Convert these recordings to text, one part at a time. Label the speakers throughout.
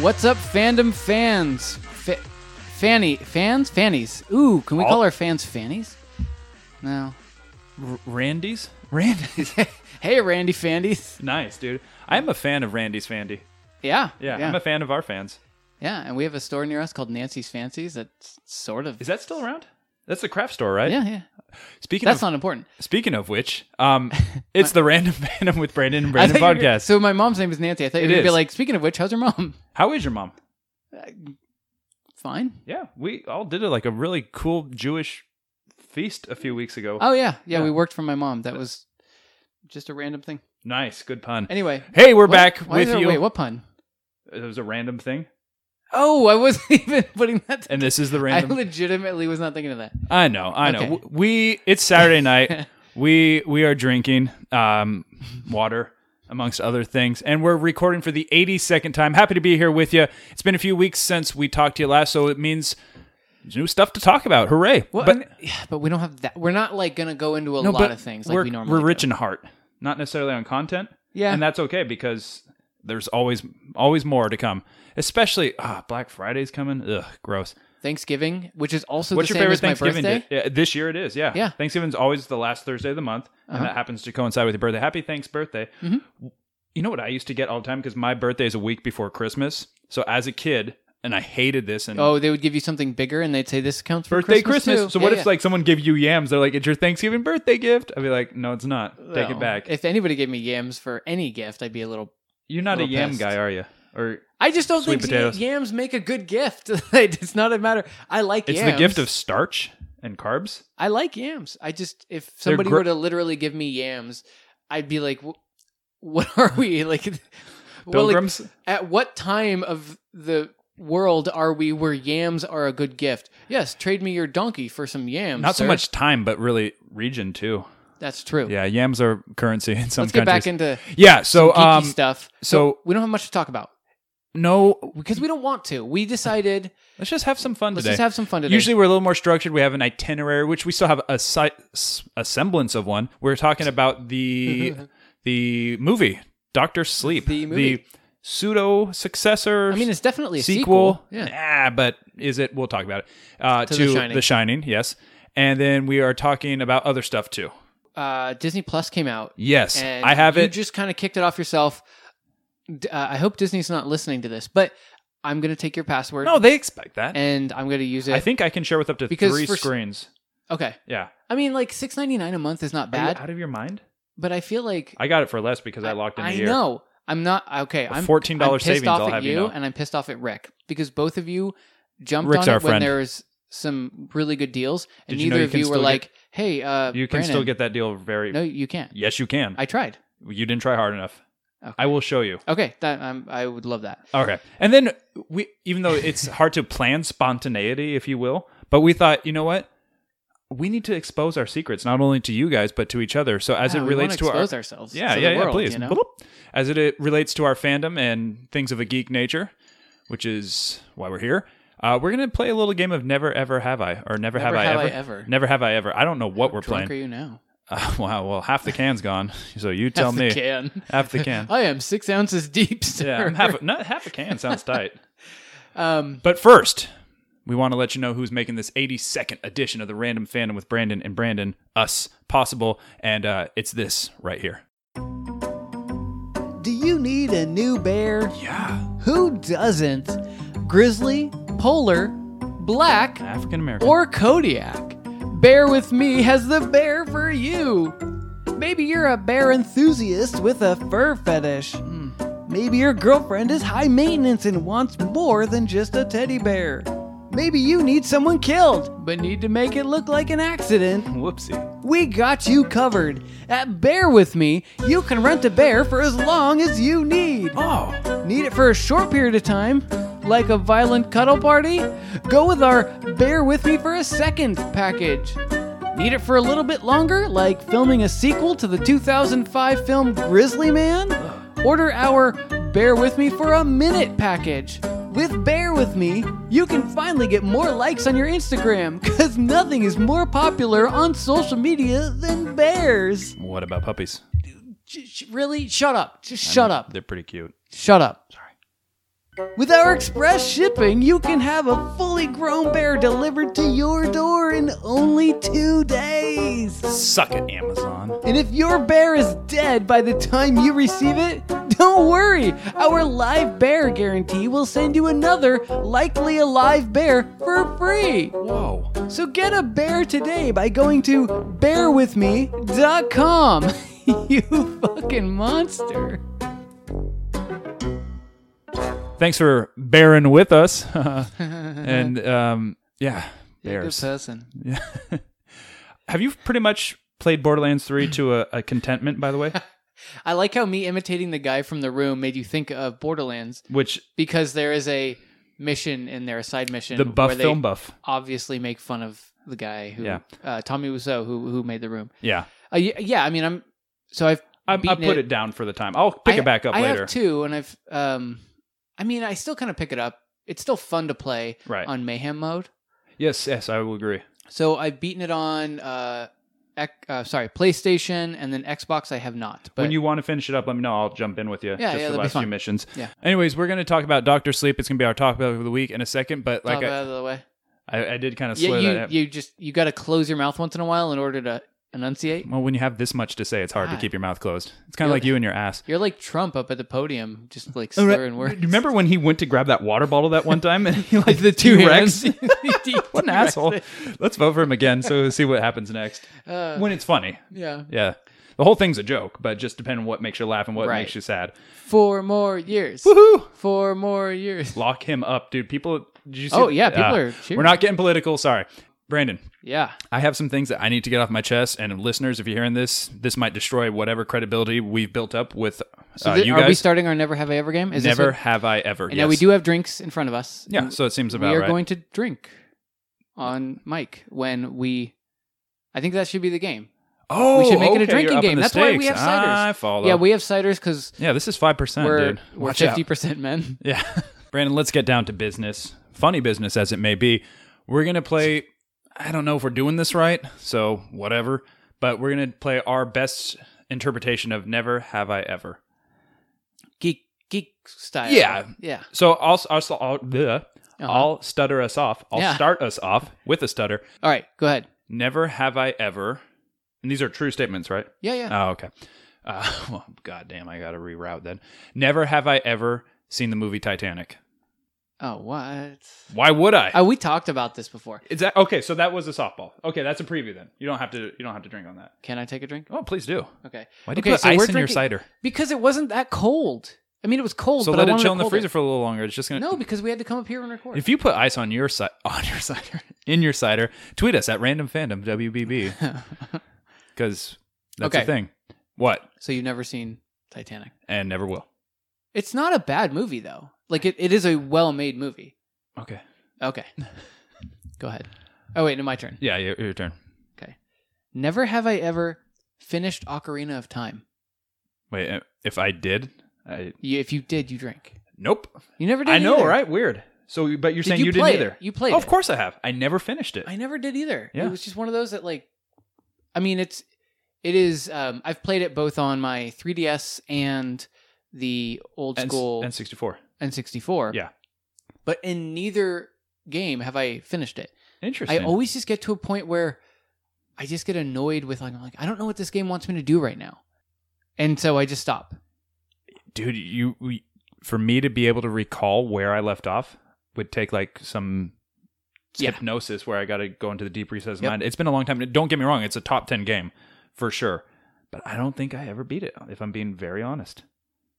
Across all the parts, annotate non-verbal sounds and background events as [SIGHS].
Speaker 1: What's up, fandom fans? Fa- fanny fans, fannies. Ooh, can we call our fans fannies? No, [LAUGHS]
Speaker 2: R- Randy's?
Speaker 1: Randy's. hey, Randy Fandies.
Speaker 2: [LAUGHS] Nice, dude. I'm a fan of Randy's Fandy.
Speaker 1: Yeah,
Speaker 2: Yeah,
Speaker 1: yeah,
Speaker 2: I'm a fan of our fans.
Speaker 1: yeah. And we have a store near us called Nancy's Fancies. That's sort of.
Speaker 2: Is that still around? That's the craft store, right?
Speaker 1: Yeah, yeah.
Speaker 2: Speaking
Speaker 1: That's
Speaker 2: of
Speaker 1: not important.
Speaker 2: speaking of which, um,
Speaker 1: [LAUGHS]
Speaker 2: it's the Random Phantom with Brandon and Brandon
Speaker 1: I thought you were-
Speaker 2: podcast.
Speaker 1: So my mom's name is Nancy. I thought
Speaker 2: It
Speaker 1: you'd be
Speaker 2: is.
Speaker 1: like, speaking of which, how's your mom? [LAUGHS]
Speaker 2: How is your mom?
Speaker 1: Fine.
Speaker 2: Yeah, we all did a, like a really cool Jewish feast a few weeks ago.
Speaker 1: Oh yeah, yeah.
Speaker 2: Yeah.
Speaker 1: We worked for my mom. That was just a random thing.
Speaker 2: nice, good pun.
Speaker 1: Anyway,
Speaker 2: Hey, we're
Speaker 1: what-
Speaker 2: back
Speaker 1: why is
Speaker 2: with
Speaker 1: there-
Speaker 2: you.
Speaker 1: Wait, what pun?
Speaker 2: It was a random thing,
Speaker 1: Oh, I wasn't [LAUGHS] even putting that.
Speaker 2: and this is the
Speaker 1: I
Speaker 2: random.
Speaker 1: legitimately was not thinking of that.
Speaker 2: I know, I know.
Speaker 1: Okay.
Speaker 2: W- We it's
Speaker 1: [LAUGHS]
Speaker 2: Saturday night. we we are drinking um, water amongst other things, and we're recording for the 82nd time. Happy to be here with you. It's been a few weeks since we talked to you last, so it means there's new stuff to talk about. Hooray!
Speaker 1: Well,
Speaker 2: but
Speaker 1: but, yeah, but we don't have that. We're not like gonna go into a
Speaker 2: no,
Speaker 1: lot
Speaker 2: but
Speaker 1: of things like
Speaker 2: we're,
Speaker 1: we normally.
Speaker 2: we're rich
Speaker 1: do.
Speaker 2: in heart, not necessarily on content.
Speaker 1: Yeah.
Speaker 2: and that's okay because there's always always more to come. Especially ah, Black Friday's coming. Ugh, gross.
Speaker 1: Thanksgiving, which is also
Speaker 2: What's
Speaker 1: the
Speaker 2: your
Speaker 1: same
Speaker 2: favorite
Speaker 1: as my
Speaker 2: Thanksgiving
Speaker 1: birthday.
Speaker 2: day? Yeah, this year it is. Yeah.
Speaker 1: Yeah. Uh-huh.
Speaker 2: Thanksgiving's always the last Thursday of the month, and that happens to coincide with your birthday. Happy thanks birthday.
Speaker 1: Mm-hmm.
Speaker 2: You know what I used to get all the time because my birthday is a week before Christmas. So as a kid, and I hated this. And
Speaker 1: Oh, they would give you something bigger, and they'd say this counts for
Speaker 2: birthday
Speaker 1: Christmas.
Speaker 2: Christmas.
Speaker 1: too."
Speaker 2: So
Speaker 1: Yeah,
Speaker 2: what if
Speaker 1: yeah.
Speaker 2: like someone gave you yams? They're like, "It's your Thanksgiving birthday gift." I'd be like, Oh. "No, it's not. Take
Speaker 1: No.
Speaker 2: it back."
Speaker 1: If anybody gave me yams for any gift, I'd be a little.
Speaker 2: You're not a
Speaker 1: little
Speaker 2: yam
Speaker 1: pissed.
Speaker 2: guy, are you? Or
Speaker 1: I just don't
Speaker 2: Sweet
Speaker 1: think
Speaker 2: potatoes.
Speaker 1: yams make a good gift. [LAUGHS] it's not a matter. I like
Speaker 2: it's
Speaker 1: yams.
Speaker 2: the gift of starch and carbs.
Speaker 1: I like yams. I just if somebody
Speaker 2: gr-
Speaker 1: were to literally give me yams, I'd be like, "Wh- [LAUGHS] "What are we like? [LAUGHS] well, like,
Speaker 2: Pilgrims.
Speaker 1: at what time of the world are we where yams are a good gift? Yes, trade me your donkey for some yams.
Speaker 2: not so
Speaker 1: sir.
Speaker 2: much time, but really region too.
Speaker 1: That's true.
Speaker 2: Yeah, yams are currency in some
Speaker 1: Let's get back
Speaker 2: countries.
Speaker 1: into
Speaker 2: yeah, so
Speaker 1: geeky
Speaker 2: um,
Speaker 1: stuff.
Speaker 2: so-
Speaker 1: we don't have much to talk about
Speaker 2: no,
Speaker 1: because we don't want to. We decided
Speaker 2: [LAUGHS] let's just have some fun
Speaker 1: let's
Speaker 2: today.
Speaker 1: just have some fun today.
Speaker 2: Usually we're a little more structured. We have an itinerary, which we still have a, si- s- a semblance of one. We're talking
Speaker 1: [LAUGHS]
Speaker 2: about the the movie Doctor Sleep,
Speaker 1: The movie.
Speaker 2: pseudo successor.
Speaker 1: I mean, it's definitely a
Speaker 2: sequel.
Speaker 1: sequel. Yeah.
Speaker 2: Ah, but is it? We'll talk about it. Uh,
Speaker 1: To
Speaker 2: to,
Speaker 1: The Shining.
Speaker 2: the Shining, yes. And then we are talking about other stuff too.
Speaker 1: Uh, Disney Plus came out.
Speaker 2: Yes,
Speaker 1: and
Speaker 2: I have
Speaker 1: you
Speaker 2: it.
Speaker 1: just kind of kicked it off yourself. D- Uh, I hope Disney's not listening to this, but I'm going to take your password
Speaker 2: no, they expect that.
Speaker 1: and I'm going to use it.
Speaker 2: I think I can share with up to
Speaker 1: Because
Speaker 2: three
Speaker 1: for s-
Speaker 2: screens.
Speaker 1: okay.
Speaker 2: Yeah.
Speaker 1: I mean, like six ninety nine a month is not
Speaker 2: Are you
Speaker 1: bad,
Speaker 2: out of your mind?
Speaker 1: but I feel like
Speaker 2: I got it for less because I, locked in the
Speaker 1: I
Speaker 2: year.
Speaker 1: know I'm not okay. I'm
Speaker 2: $14
Speaker 1: I'm pissed
Speaker 2: savings,
Speaker 1: Off
Speaker 2: I'll
Speaker 1: at
Speaker 2: have
Speaker 1: you,
Speaker 2: you know.
Speaker 1: and I'm pissed off at Rick because both of you jumped
Speaker 2: Rick's
Speaker 1: on
Speaker 2: our
Speaker 1: it when
Speaker 2: friend.
Speaker 1: there was some really good deals, and
Speaker 2: Did you know
Speaker 1: neither
Speaker 2: you
Speaker 1: of
Speaker 2: can
Speaker 1: you were
Speaker 2: still get-
Speaker 1: like, "Hey, uh,
Speaker 2: You can still
Speaker 1: Brandon,
Speaker 2: get that deal very.
Speaker 1: No, you can't.
Speaker 2: Yes, you can.
Speaker 1: I tried.
Speaker 2: you didn't try hard enough.
Speaker 1: Okay.
Speaker 2: I will show you.
Speaker 1: Okay, that um, I would love that.
Speaker 2: Okay. And then we, even though it's hard to plan spontaneity, if you will, but we thought, you know what? We need to expose our secrets not only to you guys but to each other. So as
Speaker 1: Yeah,
Speaker 2: it
Speaker 1: we
Speaker 2: relates
Speaker 1: wanna
Speaker 2: to our
Speaker 1: expose ourselves.
Speaker 2: yeah
Speaker 1: to
Speaker 2: yeah
Speaker 1: the
Speaker 2: yeah
Speaker 1: world,
Speaker 2: please
Speaker 1: You know?
Speaker 2: Bloop. as it, it relates to our fandom and things of a geek nature, which is why we're here. Uh, we're gonna play a little game of Never Ever Have I or Never,
Speaker 1: Never
Speaker 2: I
Speaker 1: have
Speaker 2: ever.
Speaker 1: I ever.
Speaker 2: Never Have I ever. I don't know what we're
Speaker 1: Drunk are
Speaker 2: playing.
Speaker 1: you now?
Speaker 2: Uh, wow. Well, half the can's gone. [LAUGHS] So you [LAUGHS] tell
Speaker 1: half
Speaker 2: me.
Speaker 1: The can. [LAUGHS]
Speaker 2: Half the can.
Speaker 1: I am six ounces deep, sir.
Speaker 2: Yeah, I'm half a, not half a can
Speaker 1: [LAUGHS]
Speaker 2: sounds tight.
Speaker 1: Um,
Speaker 2: But first, we want to let you know who's making this 82nd edition of the Random Fandom with Brandon and Brandon us possible, and uh, it's this right here.
Speaker 1: Do you need a new bear?
Speaker 2: Yeah,
Speaker 1: Who doesn't? Grizzly, polar, black,
Speaker 2: African American.
Speaker 1: or Kodiak? Bear with me has the bear for you. Maybe you're a bear enthusiast with a fur fetish. Hmm. Maybe your girlfriend is high maintenance and wants more than just a teddy bear. Maybe you need someone killed, but need to make it look like an accident.
Speaker 2: Whoopsie.
Speaker 1: We got you covered. At Bear With Me, you can rent a bear for as long as you need.
Speaker 2: Oh,
Speaker 1: Need it for a short period of time? Like a violent cuddle party? Go with our Bear With Me for a Second package. Need it for a little bit longer? Like filming a sequel to the 2005 film Grizzly Man? Order our Bear With Me for a Minute package. With Bear With Me, you can finally get more likes on your Instagram because nothing is more popular on social media than bears.
Speaker 2: What about puppies?
Speaker 1: Sh- sh- really? Shut up. Just shut up.
Speaker 2: They're pretty cute.
Speaker 1: Shut up. Sorry. With our express shipping, you can have a fully grown bear delivered to your door in only two days.
Speaker 2: Suck it, Amazon.
Speaker 1: And if your bear is dead by the time you receive it, don't worry. Our live bear guarantee will send you another, likely alive bear, for free.
Speaker 2: Whoa.
Speaker 1: So get a bear today by going to bearwithme.com. [LAUGHS] you fucking monster.
Speaker 2: Thanks for bearing
Speaker 1: [LAUGHS]
Speaker 2: with us. [LAUGHS] and um, yeah, bears.
Speaker 1: person.
Speaker 2: Have you pretty much played Borderlands 3 to a, a contentment, by
Speaker 1: [LAUGHS]
Speaker 2: the way?
Speaker 1: I like how me imitating the guy from the room made you think of Borderlands
Speaker 2: Which
Speaker 1: because there is a mission in there, a side mission.
Speaker 2: the buff
Speaker 1: where they
Speaker 2: film buff.
Speaker 1: obviously make fun of the guy who,
Speaker 2: Yeah.
Speaker 1: uh, Tommy Wiseau, who who made the room.
Speaker 2: Yeah.
Speaker 1: Uh, y- yeah, I mean, I'm so I've
Speaker 2: I, I
Speaker 1: Beating
Speaker 2: put it.
Speaker 1: it.
Speaker 2: down for the time. I'll pick
Speaker 1: I-
Speaker 2: it back up
Speaker 1: I
Speaker 2: later.
Speaker 1: have two, and I've um, I mean, I still kind of pick it up. It's still fun to play
Speaker 2: Right.
Speaker 1: on Mayhem mode.
Speaker 2: yes, yes, I will agree.
Speaker 1: So I've beaten it on uh, ec- uh sorry, PlayStation, and then Xbox. I have not. But
Speaker 2: when you want to finish it up, let me know. I'll jump in with you.
Speaker 1: yeah,
Speaker 2: just
Speaker 1: that'd
Speaker 2: the
Speaker 1: be
Speaker 2: last few
Speaker 1: fun.
Speaker 2: missions.
Speaker 1: Yeah.
Speaker 2: Anyways, we're going to talk about Doctor Sleep. It's going to be our talk about of the week in a second, but
Speaker 1: Top
Speaker 2: like I,
Speaker 1: out of the way.
Speaker 2: I, I did kind of
Speaker 1: Yeah,
Speaker 2: slur
Speaker 1: you
Speaker 2: that.
Speaker 1: you just you got to close your mouth once in a while in order to enunciate.
Speaker 2: well, when you have this much to say, it's hard to
Speaker 1: God.
Speaker 2: keep your mouth closed. It's kind of
Speaker 1: Ah. You're-
Speaker 2: like you and your ass.
Speaker 1: You're like Trump up at the podium, just like
Speaker 2: All Oh, right.
Speaker 1: slurring words.
Speaker 2: Remember when he went to grab that water bottle that one time and he
Speaker 1: [LAUGHS]
Speaker 2: like [LAUGHS] the
Speaker 1: Two
Speaker 2: two Rex?
Speaker 1: hands.
Speaker 2: [LAUGHS] what an asshole! Let's vote for him again. So we'll see what happens next.
Speaker 1: [LAUGHS] Uh,
Speaker 2: when it's funny,
Speaker 1: [LAUGHS] yeah.
Speaker 2: yeah. The whole thing's a joke, but just depending on what makes you laugh and what
Speaker 1: Right.
Speaker 2: makes you sad.
Speaker 1: Four more years.
Speaker 2: Woohoo!
Speaker 1: Four more years.
Speaker 2: Lock him up, dude. People, did you see? Ah,
Speaker 1: Oh, yeah, people are cheering.
Speaker 2: We're not getting political. Sorry, Brandon.
Speaker 1: Yeah.
Speaker 2: I have some things that I need to get off my chest, and listeners, if you're hearing this, this might destroy whatever credibility we've built up with uh,
Speaker 1: Th-
Speaker 2: you
Speaker 1: are we
Speaker 2: guys.
Speaker 1: starting our Never Have I Ever game? Is
Speaker 2: Never
Speaker 1: This
Speaker 2: have I ever.
Speaker 1: what, now we
Speaker 2: yes.
Speaker 1: do have drinks in front of us.
Speaker 2: Yeah, so it seems
Speaker 1: We
Speaker 2: about
Speaker 1: are
Speaker 2: right.
Speaker 1: going to drink on mic when we. I think that should be the game.
Speaker 2: oh,
Speaker 1: we should make it
Speaker 2: okay,
Speaker 1: a drinking
Speaker 2: you're up in
Speaker 1: game.
Speaker 2: the
Speaker 1: That's why we have
Speaker 2: stakes.
Speaker 1: ciders.
Speaker 2: I follow.
Speaker 1: Yeah, we have ciders because
Speaker 2: yeah, this is five percent,
Speaker 1: we're
Speaker 2: dude.
Speaker 1: we're
Speaker 2: Watch
Speaker 1: fifty
Speaker 2: out.
Speaker 1: percent men. [LAUGHS]
Speaker 2: Yeah, [LAUGHS] Brandon, let's get down to business. Funny business as it may be, we're gonna play. I don't know if we're doing this right, so whatever. But we're gonna play our best interpretation of "Never Have I Ever."
Speaker 1: Geek geek style.
Speaker 2: Yeah.
Speaker 1: yeah.
Speaker 2: So I'll I'll, I'll, bleh.
Speaker 1: Uh-huh.
Speaker 2: I'll stutter us off. I'll
Speaker 1: Yeah.
Speaker 2: start us off with a stutter.
Speaker 1: All right, go ahead.
Speaker 2: Never have I ever, and these are true statements, right?
Speaker 1: Yeah, yeah.
Speaker 2: Oh, okay. Uh, [LAUGHS] well, goddamn, I gotta reroute then. Never have I ever seen the movie Titanic.
Speaker 1: oh, what?
Speaker 2: Why would I?
Speaker 1: Oh, we talked about this before.
Speaker 2: Is that okay? So that was a softball. Okay, that's a preview then. You don't have to. You don't have to drink on that.
Speaker 1: Can I take a drink?
Speaker 2: Oh, please do.
Speaker 1: Okay.
Speaker 2: Why do
Speaker 1: Okay,
Speaker 2: you put
Speaker 1: so
Speaker 2: ice in
Speaker 1: we're
Speaker 2: your
Speaker 1: drinking-
Speaker 2: cider?
Speaker 1: Because it wasn't that cold. I mean, it was cold.
Speaker 2: So
Speaker 1: but I
Speaker 2: let it
Speaker 1: wanted
Speaker 2: chill
Speaker 1: to
Speaker 2: in the
Speaker 1: cold
Speaker 2: freezer for a little longer. It's just gonna.
Speaker 1: No, because we had to come up here and record.
Speaker 2: If you put ice on your cider, [LAUGHS] on your cider, in your cider, tweet us at random fandom WBB. Because that's
Speaker 1: Okay.
Speaker 2: a thing. What?
Speaker 1: [LAUGHS] so you've never seen Titanic.
Speaker 2: And never will.
Speaker 1: It's not a bad movie though. Like it, it is a well-made movie.
Speaker 2: Okay. [LAUGHS]
Speaker 1: Okay. Go ahead. Oh wait, no, my turn.
Speaker 2: Yeah, your, your turn.
Speaker 1: Okay. Never have I ever finished Ocarina of Time.
Speaker 2: Wait, uh, if I did, I
Speaker 1: You, if you did, you drink.
Speaker 2: nope.
Speaker 1: You never did.
Speaker 2: I know,
Speaker 1: either.
Speaker 2: right? Weird. So, but you're
Speaker 1: Did
Speaker 2: saying
Speaker 1: you
Speaker 2: you,
Speaker 1: play
Speaker 2: didn't
Speaker 1: it?
Speaker 2: either.
Speaker 1: You played
Speaker 2: Oh, Of
Speaker 1: it.
Speaker 2: course, I have. I never finished it.
Speaker 1: I never did either.
Speaker 2: Yeah.
Speaker 1: It was just one of those that like I mean it's it is um I've played it both on my 3DS and the old
Speaker 2: N-
Speaker 1: school
Speaker 2: N64.
Speaker 1: N64.
Speaker 2: Yeah.
Speaker 1: But in neither game have I finished it. I
Speaker 2: Interesting.
Speaker 1: always just get to a point where I just get annoyed with like I'm like I don't know what this game wants me to do right now. And so I just stop.
Speaker 2: dude you we, for me to be able to recall where i left off would take like some
Speaker 1: Yeah.
Speaker 2: hypnosis where i gotta go into the deep recesses of
Speaker 1: Yep.
Speaker 2: mind it's been a long time don't get me wrong it's a top 10 game for sure but i don't think i ever beat it if i'm being very honest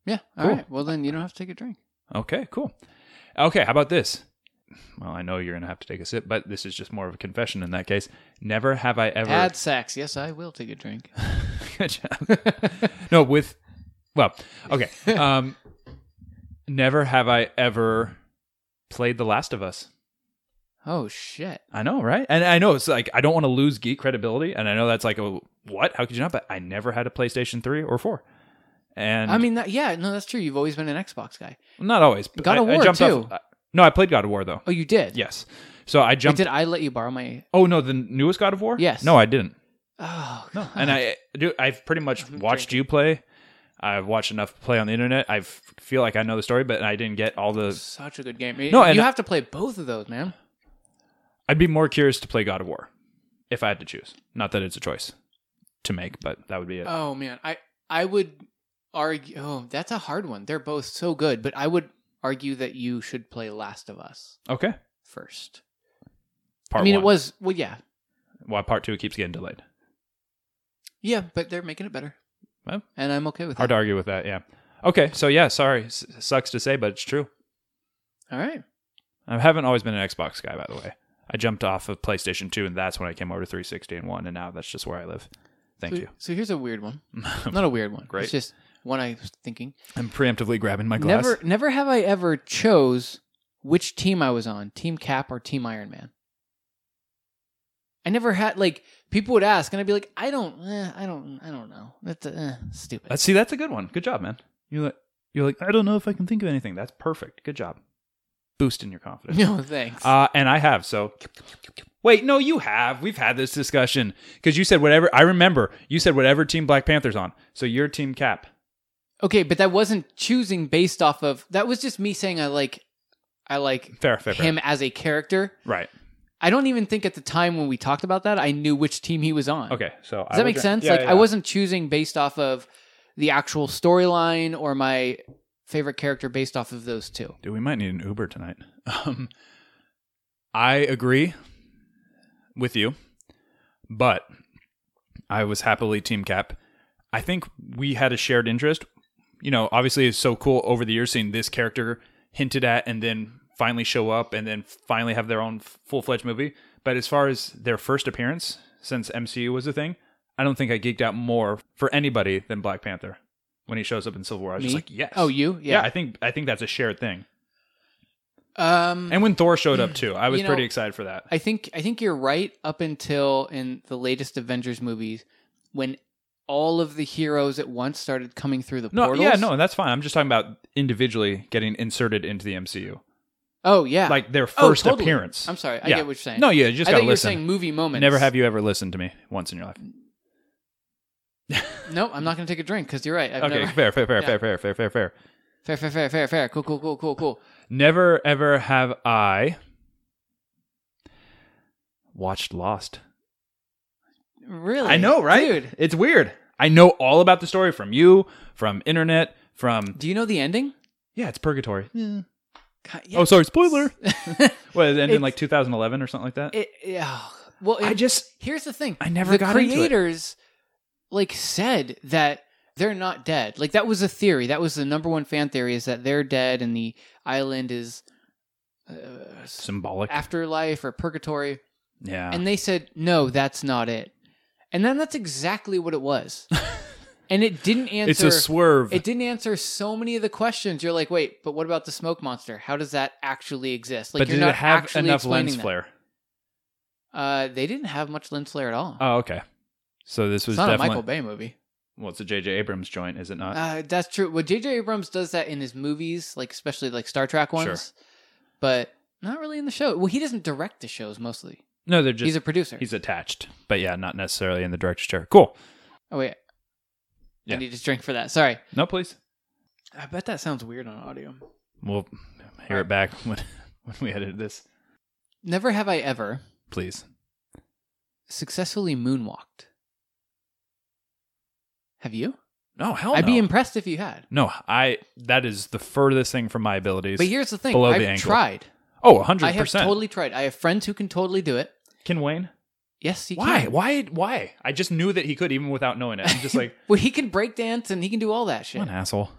Speaker 1: Yeah. All right.
Speaker 2: Cool.
Speaker 1: Well then you don't have to take a drink.
Speaker 2: okay cool okay how about this well i know you're gonna have to take a sip but this is just more of a confession in that case never have i ever
Speaker 1: Add sex. Yes, I will take a drink.
Speaker 2: [LAUGHS] Good job. no, with well, okay. Um, never have I ever played The Last of Us.
Speaker 1: Oh shit.
Speaker 2: I know, right? And I know it's like I don't want to lose geek credibility, and I know that's like a what? How could you not? But I never had a PlayStation three or four, and
Speaker 1: I mean that yeah, no that's true. You've always been an Xbox guy.
Speaker 2: not always. But
Speaker 1: God
Speaker 2: I,
Speaker 1: of
Speaker 2: I
Speaker 1: War,
Speaker 2: jumped
Speaker 1: too.
Speaker 2: Off, No, I played God of War though.
Speaker 1: Oh, you did.
Speaker 2: Yes. So I
Speaker 1: Wait,
Speaker 2: jumped.
Speaker 1: did I let you borrow my?
Speaker 2: oh no, the newest God of War.
Speaker 1: Yes.
Speaker 2: No, I didn't.
Speaker 1: Oh
Speaker 2: No, and I do. I've pretty much watched you play. I've watched enough play on the internet. I feel like I know the story, but I didn't get all
Speaker 1: [LAUGHS]
Speaker 2: the.
Speaker 1: Such a good game. You-
Speaker 2: No, and-
Speaker 1: you have to play both of those, man.
Speaker 2: I'd be more curious to play God of War if I had to choose. Not that it's a choice to make, but that would be it.
Speaker 1: Oh man, I I would argue. Oh, that's a hard one. They're both so good, but I would argue that you should play Last of Us
Speaker 2: okay.
Speaker 1: first.
Speaker 2: Part
Speaker 1: I mean,
Speaker 2: one.
Speaker 1: it was well, yeah,
Speaker 2: Why part two keeps getting delayed.
Speaker 1: yeah, but they're making it better,
Speaker 2: Well.
Speaker 1: and I'm okay with
Speaker 2: Hard to
Speaker 1: that.
Speaker 2: argue with that. Yeah. Okay. So yeah, sorry. S- sucks to say, but it's true.
Speaker 1: All right,
Speaker 2: I haven't always been an Xbox guy, by the way. I jumped off of PlayStation 2, and that's when I came over to 360 and 1, and now that's just where I live. Thank
Speaker 1: so,
Speaker 2: you.
Speaker 1: So here's a weird one. Not a weird one.
Speaker 2: Great.
Speaker 1: It's just one I was thinking.
Speaker 2: [LAUGHS] I'm preemptively grabbing my glass.
Speaker 1: Never, never have I ever chose which team I was on, Team Cap or Team Iron Man. I never had like people would ask, and I'd be like, I don't, eh, I don't, I don't know. That's uh, stupid. [LAUGHS]
Speaker 2: Let's see. That's a good one. Good job, man. You're like, you're like, I don't know if I can think of anything. That's perfect. Good job. Boosting your confidence.
Speaker 1: no thanks.
Speaker 2: Uh, and I have. So, wait, no, you have. We've had this discussion because you said whatever. I remember you said whatever team Black Panther's on. So your team cap.
Speaker 1: Okay, but that wasn't choosing based off of that was just me saying I like I like
Speaker 2: Fair, fair, fair.
Speaker 1: him as a character.
Speaker 2: Right.
Speaker 1: I don't even think at the time when we talked about that I knew which team he was on.
Speaker 2: Okay. So
Speaker 1: Does that make sense? like I wasn't choosing based off of the actual storyline or my favorite character based off of those two.
Speaker 2: Dude, we might need an Uber tonight. [LAUGHS] Um, I agree with you, but I was happily team cap. I think we had a shared interest. You know, obviously, it's so cool over the years seeing this character hinted at and then finally show up and then finally have their own full fledged movie. But as far as their first appearance since MCU was a thing, I don't think I geeked out more for anybody than Black Panther when he shows up in Civil War. I was just
Speaker 1: Me?
Speaker 2: like, yes.
Speaker 1: Oh, you?
Speaker 2: Yeah.
Speaker 1: Yeah.
Speaker 2: I think I think that's a shared thing.
Speaker 1: um
Speaker 2: And when Thor
Speaker 1: [CLEARS THROAT]
Speaker 2: showed up too, I was
Speaker 1: You know-
Speaker 2: pretty excited for that.
Speaker 1: I think I think you're right up until in the latest Avengers movies when all of the heroes at once started coming through the
Speaker 2: No,
Speaker 1: portals.
Speaker 2: yeah, no, that's fine. I'm just talking about individually getting inserted into the MCU,
Speaker 1: Oh yeah.
Speaker 2: like their
Speaker 1: Oh,
Speaker 2: first
Speaker 1: totally.
Speaker 2: appearance.
Speaker 1: I'm sorry. I
Speaker 2: Yeah.
Speaker 1: get what you're saying.
Speaker 2: No, yeah, you just
Speaker 1: I
Speaker 2: gotta
Speaker 1: thought you were
Speaker 2: listen.
Speaker 1: saying movie moments.
Speaker 2: Never have you ever listened to me once in your life.
Speaker 1: No, I'm not going to take a drink because you're right. I've
Speaker 2: Okay,
Speaker 1: Never...
Speaker 2: fair, fair, fair,
Speaker 1: Yeah.
Speaker 2: fair, fair, fair, fair, fair.
Speaker 1: Fair, fair, fair, fair, fair. Cool, cool, cool, cool, cool.
Speaker 2: Never ever have I watched Lost.
Speaker 1: Really?
Speaker 2: I know, right?
Speaker 1: Dude,
Speaker 2: It's weird. I know all about the story from you, from internet, from
Speaker 1: do you know the ending?
Speaker 2: yeah, it's purgatory.
Speaker 1: God,
Speaker 2: Oh, sorry, spoiler.
Speaker 1: sorry.
Speaker 2: What it ended in
Speaker 1: It's-
Speaker 2: like 2011 or something like
Speaker 1: [LAUGHS]
Speaker 2: that?
Speaker 1: it, yeah. Well,
Speaker 2: I
Speaker 1: it-
Speaker 2: just
Speaker 1: here's the thing.
Speaker 2: I never
Speaker 1: the
Speaker 2: got into it.
Speaker 1: creators like said that they're not dead. Like that was a theory. That was the number one fan theory is that they're dead and the island is uh,
Speaker 2: symbolic.
Speaker 1: afterlife or purgatory.
Speaker 2: yeah.
Speaker 1: And they said, no, that's not it. And then that's exactly what it
Speaker 2: [LAUGHS]
Speaker 1: was. and it didn't
Speaker 2: it's
Speaker 1: answer.
Speaker 2: a swerve.
Speaker 1: it didn't answer so many of the questions. You're like, wait, but what about the smoke monster? How does that actually exist? Like,
Speaker 2: but
Speaker 1: you're
Speaker 2: did
Speaker 1: not
Speaker 2: it have
Speaker 1: actually
Speaker 2: enough lens
Speaker 1: explaining that.
Speaker 2: flare?
Speaker 1: Uh, they didn't have much lens flare at all.
Speaker 2: Oh, okay. So this was
Speaker 1: it's not
Speaker 2: definitely
Speaker 1: a Michael Bay movie.
Speaker 2: well, it's a J.J. Abrams joint, is it not?
Speaker 1: Uh, that's true. Well, J.J. Abrams does that in his movies, like especially like Star Trek
Speaker 2: Sure.
Speaker 1: ones, but not really in the show. Well, he doesn't direct the shows mostly.
Speaker 2: no, they're just
Speaker 1: He's
Speaker 2: he's,
Speaker 1: a producer.
Speaker 2: attached, but yeah, not necessarily in the director's chair. Cool.
Speaker 1: oh wait,
Speaker 2: Yeah.
Speaker 1: I need to drink for that. Sorry.
Speaker 2: No, please.
Speaker 1: I bet that sounds weird on audio.
Speaker 2: We'll hear it back when [LAUGHS] when we edit this.
Speaker 1: Never have I ever
Speaker 2: Please.
Speaker 1: successfully moonwalked. Have you?
Speaker 2: No, hell
Speaker 1: I'd
Speaker 2: Oh, no.
Speaker 1: be impressed if you had.
Speaker 2: no, I. That is the furthest thing from my abilities.
Speaker 1: But here's the thing:
Speaker 2: below
Speaker 1: I've
Speaker 2: the ankle.
Speaker 1: tried.
Speaker 2: oh, 100
Speaker 1: I have
Speaker 2: percent.
Speaker 1: totally tried. I have friends who can totally do it.
Speaker 2: Can Wayne?
Speaker 1: Yes, he
Speaker 2: Why?
Speaker 1: can.
Speaker 2: Why? Why? I just knew that he could, even without knowing it. I'm
Speaker 1: [LAUGHS]
Speaker 2: just like,
Speaker 1: Well, he can break dance and he can do all that shit.
Speaker 2: what an asshole.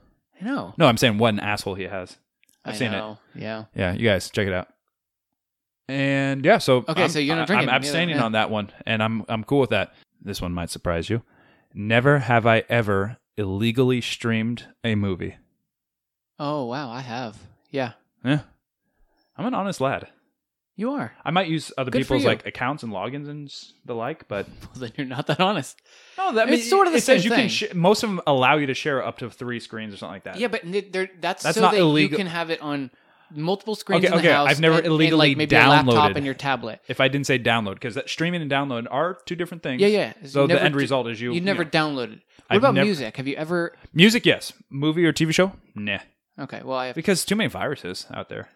Speaker 1: I know.
Speaker 2: No, I'm saying what an asshole he has. I've
Speaker 1: I
Speaker 2: seen it.
Speaker 1: know. Yeah.
Speaker 2: Yeah, you guys check it out. And yeah, so
Speaker 1: Okay, so you're not
Speaker 2: I-
Speaker 1: drinking them
Speaker 2: I'm
Speaker 1: either,
Speaker 2: abstaining
Speaker 1: yeah.
Speaker 2: on that one, and I'm I'm cool with that. This one might surprise you. Never have I ever illegally streamed a movie.
Speaker 1: Oh wow, I have. Yeah,
Speaker 2: Yeah, Eh. I'm an honest lad.
Speaker 1: you are. [LAUGHS]
Speaker 2: I might use other
Speaker 1: Good for
Speaker 2: people's
Speaker 1: you.
Speaker 2: like accounts and logins and s- the like, but
Speaker 1: Well, then you're not Oh, that honest.
Speaker 2: no, that
Speaker 1: It's sort of the
Speaker 2: it says
Speaker 1: same
Speaker 2: you
Speaker 1: thing.
Speaker 2: can sh- most of them allow you to share up to three screens or something like that.
Speaker 1: Yeah, but n- there- that's,
Speaker 2: That's
Speaker 1: so
Speaker 2: not
Speaker 1: that
Speaker 2: illegal-
Speaker 1: you can have it on multiple screens in
Speaker 2: Okay,
Speaker 1: the
Speaker 2: okay,
Speaker 1: house.
Speaker 2: I've never
Speaker 1: and- and,
Speaker 2: illegally
Speaker 1: like maybe your laptop
Speaker 2: downloaded.
Speaker 1: and your tablet.
Speaker 2: If I didn't say download, because streaming and download are two different things.
Speaker 1: Yeah, yeah.
Speaker 2: So
Speaker 1: You
Speaker 2: the
Speaker 1: never
Speaker 2: end
Speaker 1: d-
Speaker 2: result is you.
Speaker 1: You never
Speaker 2: know.
Speaker 1: downloaded. What
Speaker 2: I've
Speaker 1: about
Speaker 2: never-
Speaker 1: music? Have you ever?
Speaker 2: music, yes. Movie or TV show, nah.
Speaker 1: Okay, well I have.
Speaker 2: Because too many viruses out there.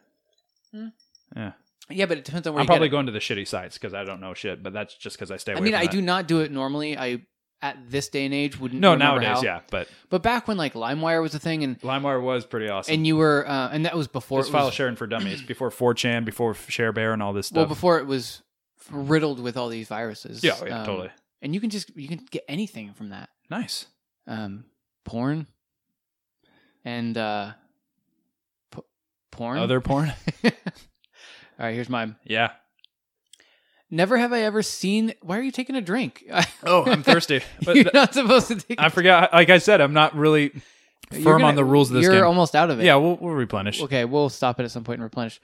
Speaker 1: Yeah, but it depends on where
Speaker 2: I'm
Speaker 1: you get
Speaker 2: probably
Speaker 1: it.
Speaker 2: going to the shitty sites because I don't know shit, but that's just because I stay away.
Speaker 1: I mean,
Speaker 2: from
Speaker 1: I
Speaker 2: that.
Speaker 1: do not do it normally. I at this day and age wouldn't.
Speaker 2: No,
Speaker 1: remember
Speaker 2: nowadays,
Speaker 1: how.
Speaker 2: yeah, but
Speaker 1: But back when like LimeWire was a thing, and
Speaker 2: LimeWire was pretty awesome.
Speaker 1: and you were, uh, and that was before
Speaker 2: it was
Speaker 1: it
Speaker 2: file
Speaker 1: was,
Speaker 2: sharing
Speaker 1: [CLEARS THROAT]
Speaker 2: for dummies before 4chan, before ShareBear, and all this
Speaker 1: well
Speaker 2: stuff.
Speaker 1: before it was riddled with all these viruses.
Speaker 2: yeah, yeah
Speaker 1: Um,
Speaker 2: totally.
Speaker 1: And you can just you can get anything from that.
Speaker 2: Nice.
Speaker 1: Um, porn. And uh, p- porn.
Speaker 2: Other porn.
Speaker 1: [LAUGHS] all right, here's mine.
Speaker 2: yeah.
Speaker 1: Never have I ever seen. Why are you taking a drink? [LAUGHS]
Speaker 2: Oh, I'm thirsty. But
Speaker 1: You're
Speaker 2: th-
Speaker 1: not supposed to take.
Speaker 2: I forgot. Like I said, I'm not really
Speaker 1: You're
Speaker 2: firm
Speaker 1: gonna-
Speaker 2: on the rules of this
Speaker 1: You're
Speaker 2: game.
Speaker 1: almost out of it.
Speaker 2: yeah, we'll, we'll replenish.
Speaker 1: Okay, we'll stop it at some point and replenish.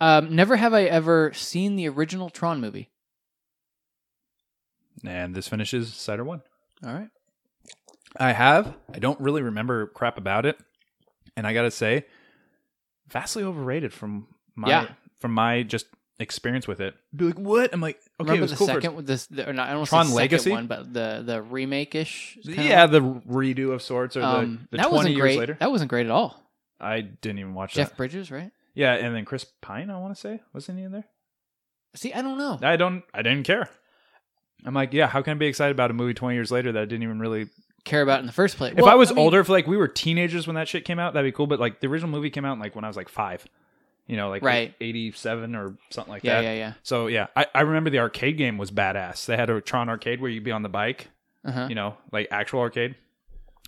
Speaker 1: Um, never have I ever seen the original Tron movie.
Speaker 2: And this finishes Cider 1.
Speaker 1: All right.
Speaker 2: I have. I don't really remember crap about it, and I gotta say, vastly overrated from my
Speaker 1: Yeah.
Speaker 2: from my just experience with it. Be like, what? I'm like, okay, it
Speaker 1: Remember
Speaker 2: was
Speaker 1: the
Speaker 2: cool.
Speaker 1: second one? This the, or not, I don't
Speaker 2: Tron
Speaker 1: Tron Legacy
Speaker 2: Legacy?
Speaker 1: one, but the the remake ish.
Speaker 2: for, yeah, the redo of sorts, or the, the
Speaker 1: Um, that
Speaker 2: 20
Speaker 1: wasn't
Speaker 2: years
Speaker 1: great.
Speaker 2: later.
Speaker 1: That wasn't great at all.
Speaker 2: I didn't even watch
Speaker 1: Jeff
Speaker 2: that.
Speaker 1: Bridges, right?
Speaker 2: Yeah, and then Chris Pine, I want to say, wasn't he in there?
Speaker 1: See, I don't know.
Speaker 2: I don't. I didn't care. I'm like, yeah. How can I be excited about a movie 20 years later that I didn't even really?
Speaker 1: Care about in the first place.
Speaker 2: if
Speaker 1: Well,
Speaker 2: I was
Speaker 1: mean,
Speaker 2: older, if like we were teenagers when that shit came out, that'd be cool. But like the original movie came out like when I was like five, you know, like
Speaker 1: Right.
Speaker 2: 87 or something like
Speaker 1: yeah,
Speaker 2: that.
Speaker 1: yeah, yeah.
Speaker 2: So yeah, I, I remember the arcade game was badass. They had a Tron arcade where you'd be on the bike,
Speaker 1: Uh-huh.
Speaker 2: you know, like actual arcade.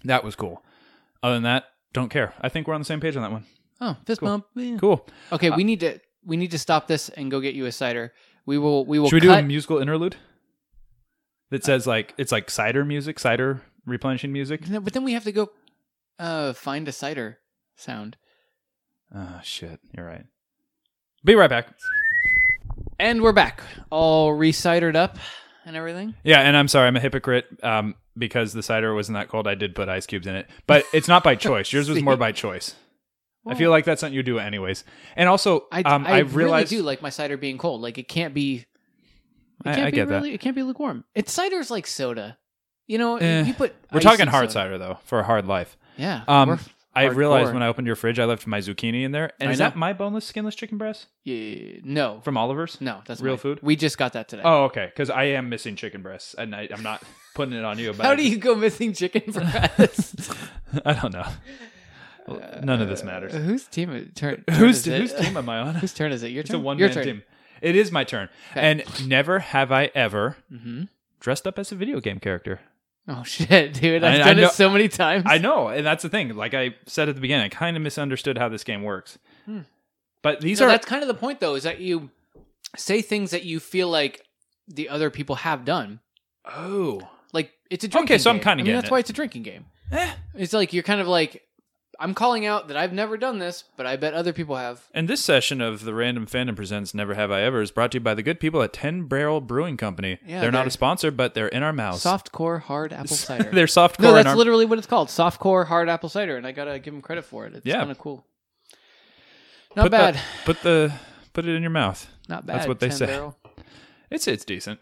Speaker 2: That was cool. Other than that, don't care. I think we're on the same page on that one.
Speaker 1: Oh, fist bump. Yeah.
Speaker 2: Cool. Uh,
Speaker 1: Okay, we need to we need to stop this and go get you a cider. We will we will
Speaker 2: Should we do
Speaker 1: cut.
Speaker 2: a musical interlude that says like it's like cider music, cider replenishing music?
Speaker 1: No, but then we have to go uh find a cider sound.
Speaker 2: Ah, shit. You're right. Be right back.
Speaker 1: And we're back, all recidered up and everything.
Speaker 2: Yeah, and I'm sorry, I'm a hypocrite um, because the cider wasn't that cold. I did put ice cubes in it, but it's
Speaker 1: [LAUGHS]
Speaker 2: not by choice. Yours was more by choice. I feel like that's something you do anyways. And also,
Speaker 1: I
Speaker 2: um,
Speaker 1: I,
Speaker 2: I, realized
Speaker 1: really do like my cider being cold. Like it can't be. It
Speaker 2: I-
Speaker 1: can't
Speaker 2: I
Speaker 1: be
Speaker 2: get that.
Speaker 1: really, It can't be lukewarm. It's cider's like soda. You know,
Speaker 2: Eh,
Speaker 1: you put.
Speaker 2: We're
Speaker 1: ice
Speaker 2: talking
Speaker 1: in soda.
Speaker 2: hard cider though for a hard life.
Speaker 1: Yeah.
Speaker 2: Um,
Speaker 1: we're f-
Speaker 2: I realized
Speaker 1: hardcore.
Speaker 2: when I opened your fridge, I left my zucchini in there. And
Speaker 1: I
Speaker 2: is
Speaker 1: know.
Speaker 2: that my boneless, skinless chicken breast
Speaker 1: Yeah, no,
Speaker 2: from Oliver's?
Speaker 1: no, that's
Speaker 2: real
Speaker 1: mine.
Speaker 2: food?
Speaker 1: We just got that today.
Speaker 2: Oh, okay. Because I am missing chicken breasts, and I, I'm not putting it on you. But
Speaker 1: How
Speaker 2: I
Speaker 1: do
Speaker 2: just-
Speaker 1: you go missing
Speaker 2: [LAUGHS]
Speaker 1: chicken breast?
Speaker 2: I don't know. Well, None of this matters.
Speaker 1: Uh, whose team? It,
Speaker 2: [LAUGHS]
Speaker 1: turn, turn is
Speaker 2: who's
Speaker 1: it?
Speaker 2: whose
Speaker 1: [LAUGHS]
Speaker 2: team am I on?
Speaker 1: Whose turn is it? Your
Speaker 2: It's a
Speaker 1: turn.
Speaker 2: one
Speaker 1: Your
Speaker 2: man
Speaker 1: turn.
Speaker 2: team. It is my turn. And never have I ever
Speaker 1: Mhm.
Speaker 2: dressed up as a video game character.
Speaker 1: Oh shit, [LAUGHS] dude! I've
Speaker 2: I- I
Speaker 1: done
Speaker 2: know-
Speaker 1: it so many times.
Speaker 2: I know, and that's the thing. Like I said at the beginning, I kind of misunderstood how this game works. But these
Speaker 1: Hmm. So
Speaker 2: are
Speaker 1: that's kind of the point, though, is that you say things that you feel like the other people have done.
Speaker 2: oh
Speaker 1: Like it's a drinking.
Speaker 2: Okay, so I'm
Speaker 1: game.
Speaker 2: kinda
Speaker 1: I mean,
Speaker 2: getting
Speaker 1: that's
Speaker 2: it.
Speaker 1: why it's a drinking game.
Speaker 2: Eh.
Speaker 1: It's like you're kind of like, I'm calling out that I've never done this, but I bet other people have.
Speaker 2: And this session of the Random Fandom Presents Never Have I Ever is brought to you by the good people at 10 Barrel Brewing Company.
Speaker 1: Yeah,
Speaker 2: they're, not
Speaker 1: they're-
Speaker 2: a sponsor, but they're in our mouths. [LAUGHS]
Speaker 1: Soft core hard apple cider.
Speaker 2: they're soft core
Speaker 1: no,
Speaker 2: in
Speaker 1: that's
Speaker 2: our
Speaker 1: literally what it's called. Soft core hard apple cider, and I gotta give them credit for it. It's
Speaker 2: Yeah.
Speaker 1: kind of cool. Not
Speaker 2: put
Speaker 1: bad.
Speaker 2: The, put the put it in your mouth.
Speaker 1: Not bad.
Speaker 2: that's what they
Speaker 1: 10
Speaker 2: say. [LAUGHS]
Speaker 1: Barrel.
Speaker 2: It's it's decent.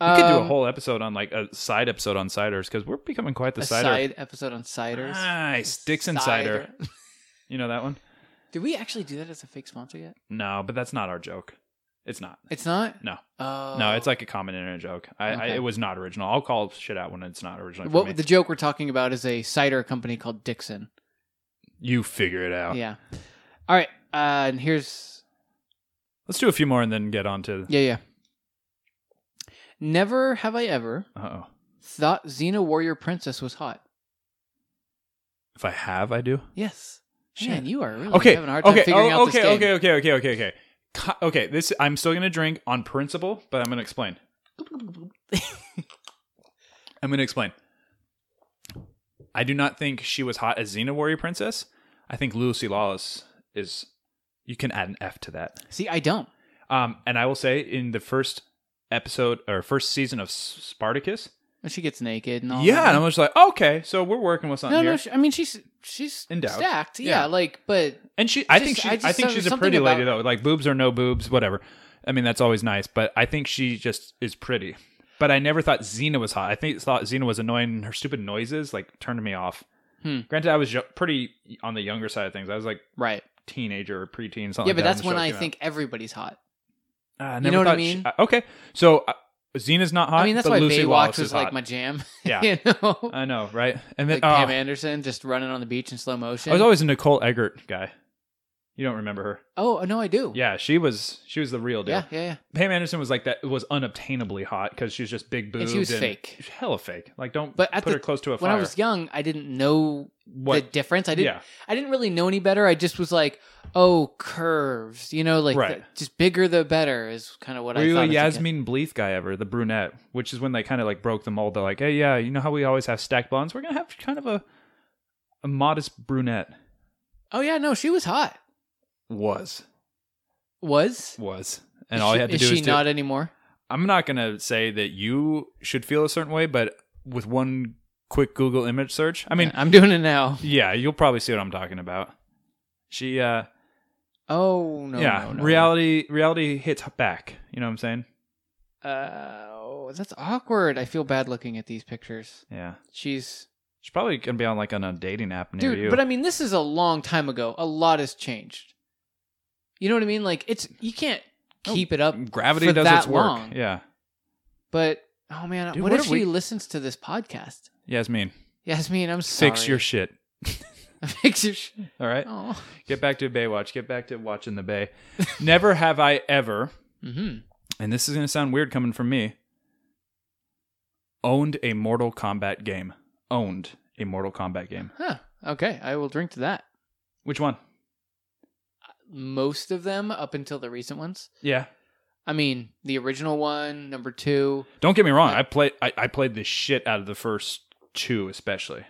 Speaker 2: We could do a
Speaker 1: Um,
Speaker 2: whole episode on like a side episode on ciders because we're becoming quite the
Speaker 1: a
Speaker 2: cider. Ah.
Speaker 1: side episode on ciders.
Speaker 2: Nice. Dicks and cider. [LAUGHS] You know that one?
Speaker 1: Did we actually do that as a fake sponsor yet?
Speaker 2: No, but that's not our joke. It's not.
Speaker 1: It's not.
Speaker 2: No.
Speaker 1: Oh.
Speaker 2: No, it's like a common internet joke. I, I
Speaker 1: Okay.
Speaker 2: it was not original. I'll call shit out when it's not original.
Speaker 1: what the joke we're talking about is a cider company called Dixon.
Speaker 2: you figure it out.
Speaker 1: Yeah. All right. Uh, and here's
Speaker 2: Let's do a few more and then get on to.
Speaker 1: yeah yeah. Never have I ever
Speaker 2: Uh oh.
Speaker 1: thought Xena Warrior Princess was hot.
Speaker 2: If I have, I do.
Speaker 1: Yes.
Speaker 2: Shit.
Speaker 1: Man, you are really
Speaker 2: Okay.
Speaker 1: having a hard time
Speaker 2: okay.
Speaker 1: figuring
Speaker 2: oh,
Speaker 1: out
Speaker 2: okay,
Speaker 1: this game.
Speaker 2: okay. Okay. Okay. Okay. Okay. Co- Okay. This I'm still gonna drink on principle, but I'm gonna explain. I'm gonna explain. I do not think she was hot as Xena Warrior Princess. I think Lucy Lawless is. You can add an F to that.
Speaker 1: See, I don't.
Speaker 2: Um, and I will say in the first episode or first season of S- Spartacus,
Speaker 1: When she gets naked and all.
Speaker 2: yeah,
Speaker 1: that.
Speaker 2: and I'm just like, okay, so we're working with something
Speaker 1: no,
Speaker 2: here.
Speaker 1: no. She, I mean, she's she's
Speaker 2: Endowed.
Speaker 1: stacked. Yeah,
Speaker 2: Yeah.
Speaker 1: like, but
Speaker 2: and she, I
Speaker 1: just-
Speaker 2: think she,
Speaker 1: I
Speaker 2: I,
Speaker 1: just
Speaker 2: think
Speaker 1: thought
Speaker 2: she's
Speaker 1: there's
Speaker 2: a pretty
Speaker 1: something
Speaker 2: lady though. Like boobs or no boobs, whatever. I mean, that's always nice, but I think she just is pretty. But I never thought Xena was hot. I think thought Xena was annoying. and Her stupid noises like turned me off.
Speaker 1: Hmm.
Speaker 2: Granted, I was yo- pretty on the younger side of things. I was like
Speaker 1: right.
Speaker 2: teenager or preteen,
Speaker 1: yeah,
Speaker 2: something. like
Speaker 1: but
Speaker 2: that
Speaker 1: that's
Speaker 2: the
Speaker 1: when
Speaker 2: show
Speaker 1: I
Speaker 2: came out.
Speaker 1: think everybody's hot.
Speaker 2: Uh, I
Speaker 1: You
Speaker 2: never
Speaker 1: know what I
Speaker 2: thought she-
Speaker 1: mean?
Speaker 2: uh, okay, so uh, Xena's not hot.
Speaker 1: I mean, that's
Speaker 2: but
Speaker 1: why
Speaker 2: Lucy
Speaker 1: Baywatch
Speaker 2: Wallace
Speaker 1: was
Speaker 2: is
Speaker 1: like
Speaker 2: hot.
Speaker 1: my jam. [LAUGHS]
Speaker 2: Yeah. Uh,
Speaker 1: you know,
Speaker 2: I know, right? And then
Speaker 1: like Pam
Speaker 2: oh,
Speaker 1: Anderson just running on the beach in slow motion.
Speaker 2: I was always a Nicole Eggert guy. You don't remember her?
Speaker 1: oh no, I do.
Speaker 2: Yeah, she was she was the real deal.
Speaker 1: yeah, yeah. yeah.
Speaker 2: Pam Anderson was like that was unobtainably hot because she was just big
Speaker 1: And
Speaker 2: boobs
Speaker 1: she was fake.
Speaker 2: hella fake. Like don't
Speaker 1: But at
Speaker 2: put
Speaker 1: the-
Speaker 2: her close to a
Speaker 1: When
Speaker 2: fire.
Speaker 1: I was young, I didn't know the
Speaker 2: what?
Speaker 1: difference. I didn't.
Speaker 2: yeah,
Speaker 1: I didn't really know any better. I just was like, oh, curves. You know, like
Speaker 2: Right.
Speaker 1: the- just bigger the better is kind of what
Speaker 2: were
Speaker 1: I
Speaker 2: you
Speaker 1: thought.
Speaker 2: a
Speaker 1: as a kid.
Speaker 2: Yasmin Bleeth guy ever? The brunette, which is when they kind of like broke the mold. They're like, hey, yeah, you know how we always have stacked blondes? We're gonna have kind of a a modest brunette.
Speaker 1: Oh yeah, no, she was hot.
Speaker 2: Was
Speaker 1: Was
Speaker 2: was, and
Speaker 1: Is
Speaker 2: all
Speaker 1: she,
Speaker 2: you have to
Speaker 1: is
Speaker 2: do
Speaker 1: she
Speaker 2: is do-
Speaker 1: not anymore?
Speaker 2: I'm not gonna say that you should feel a certain way, but with one quick Google image search, I mean,
Speaker 1: I'm doing it now.
Speaker 2: yeah, you'll probably see what I'm talking about. She, uh,
Speaker 1: Oh no,
Speaker 2: yeah,
Speaker 1: no, no.
Speaker 2: reality, reality hits back. You know what I'm saying?
Speaker 1: Uh, oh, that's awkward. I feel bad looking at these pictures.
Speaker 2: Yeah,
Speaker 1: She's
Speaker 2: she's probably gonna be on like on a dating app near
Speaker 1: dude,
Speaker 2: you.
Speaker 1: but I mean, this is a long time ago. A lot has changed. You know what I mean? Like it's you can't
Speaker 2: Oh,
Speaker 1: keep it up.
Speaker 2: Gravity
Speaker 1: for
Speaker 2: does
Speaker 1: that
Speaker 2: its work.
Speaker 1: long.
Speaker 2: Yeah,
Speaker 1: But oh man,
Speaker 2: Dude,
Speaker 1: what,
Speaker 2: what
Speaker 1: if
Speaker 2: if
Speaker 1: she
Speaker 2: we-
Speaker 1: listens to this podcast?
Speaker 2: Yasmin,
Speaker 1: Yasmin, I'm sorry.
Speaker 2: fix
Speaker 1: [LAUGHS]
Speaker 2: your shit.
Speaker 1: fix your. Sh-
Speaker 2: All right,
Speaker 1: oh.
Speaker 2: get back to Baywatch. Get back to watching the Bay. [LAUGHS] Never have I ever,
Speaker 1: Mm-hmm.
Speaker 2: and this is gonna sound weird coming from me, owned a Mortal Kombat game. Owned a Mortal Kombat game.
Speaker 1: Huh. Okay, I will drink to that.
Speaker 2: Which one?
Speaker 1: Most of them, up until the recent ones.
Speaker 2: Yeah.
Speaker 1: I mean, the original one, number two.
Speaker 2: Don't get me wrong. I played. I, I played the shit out of the first two, especially.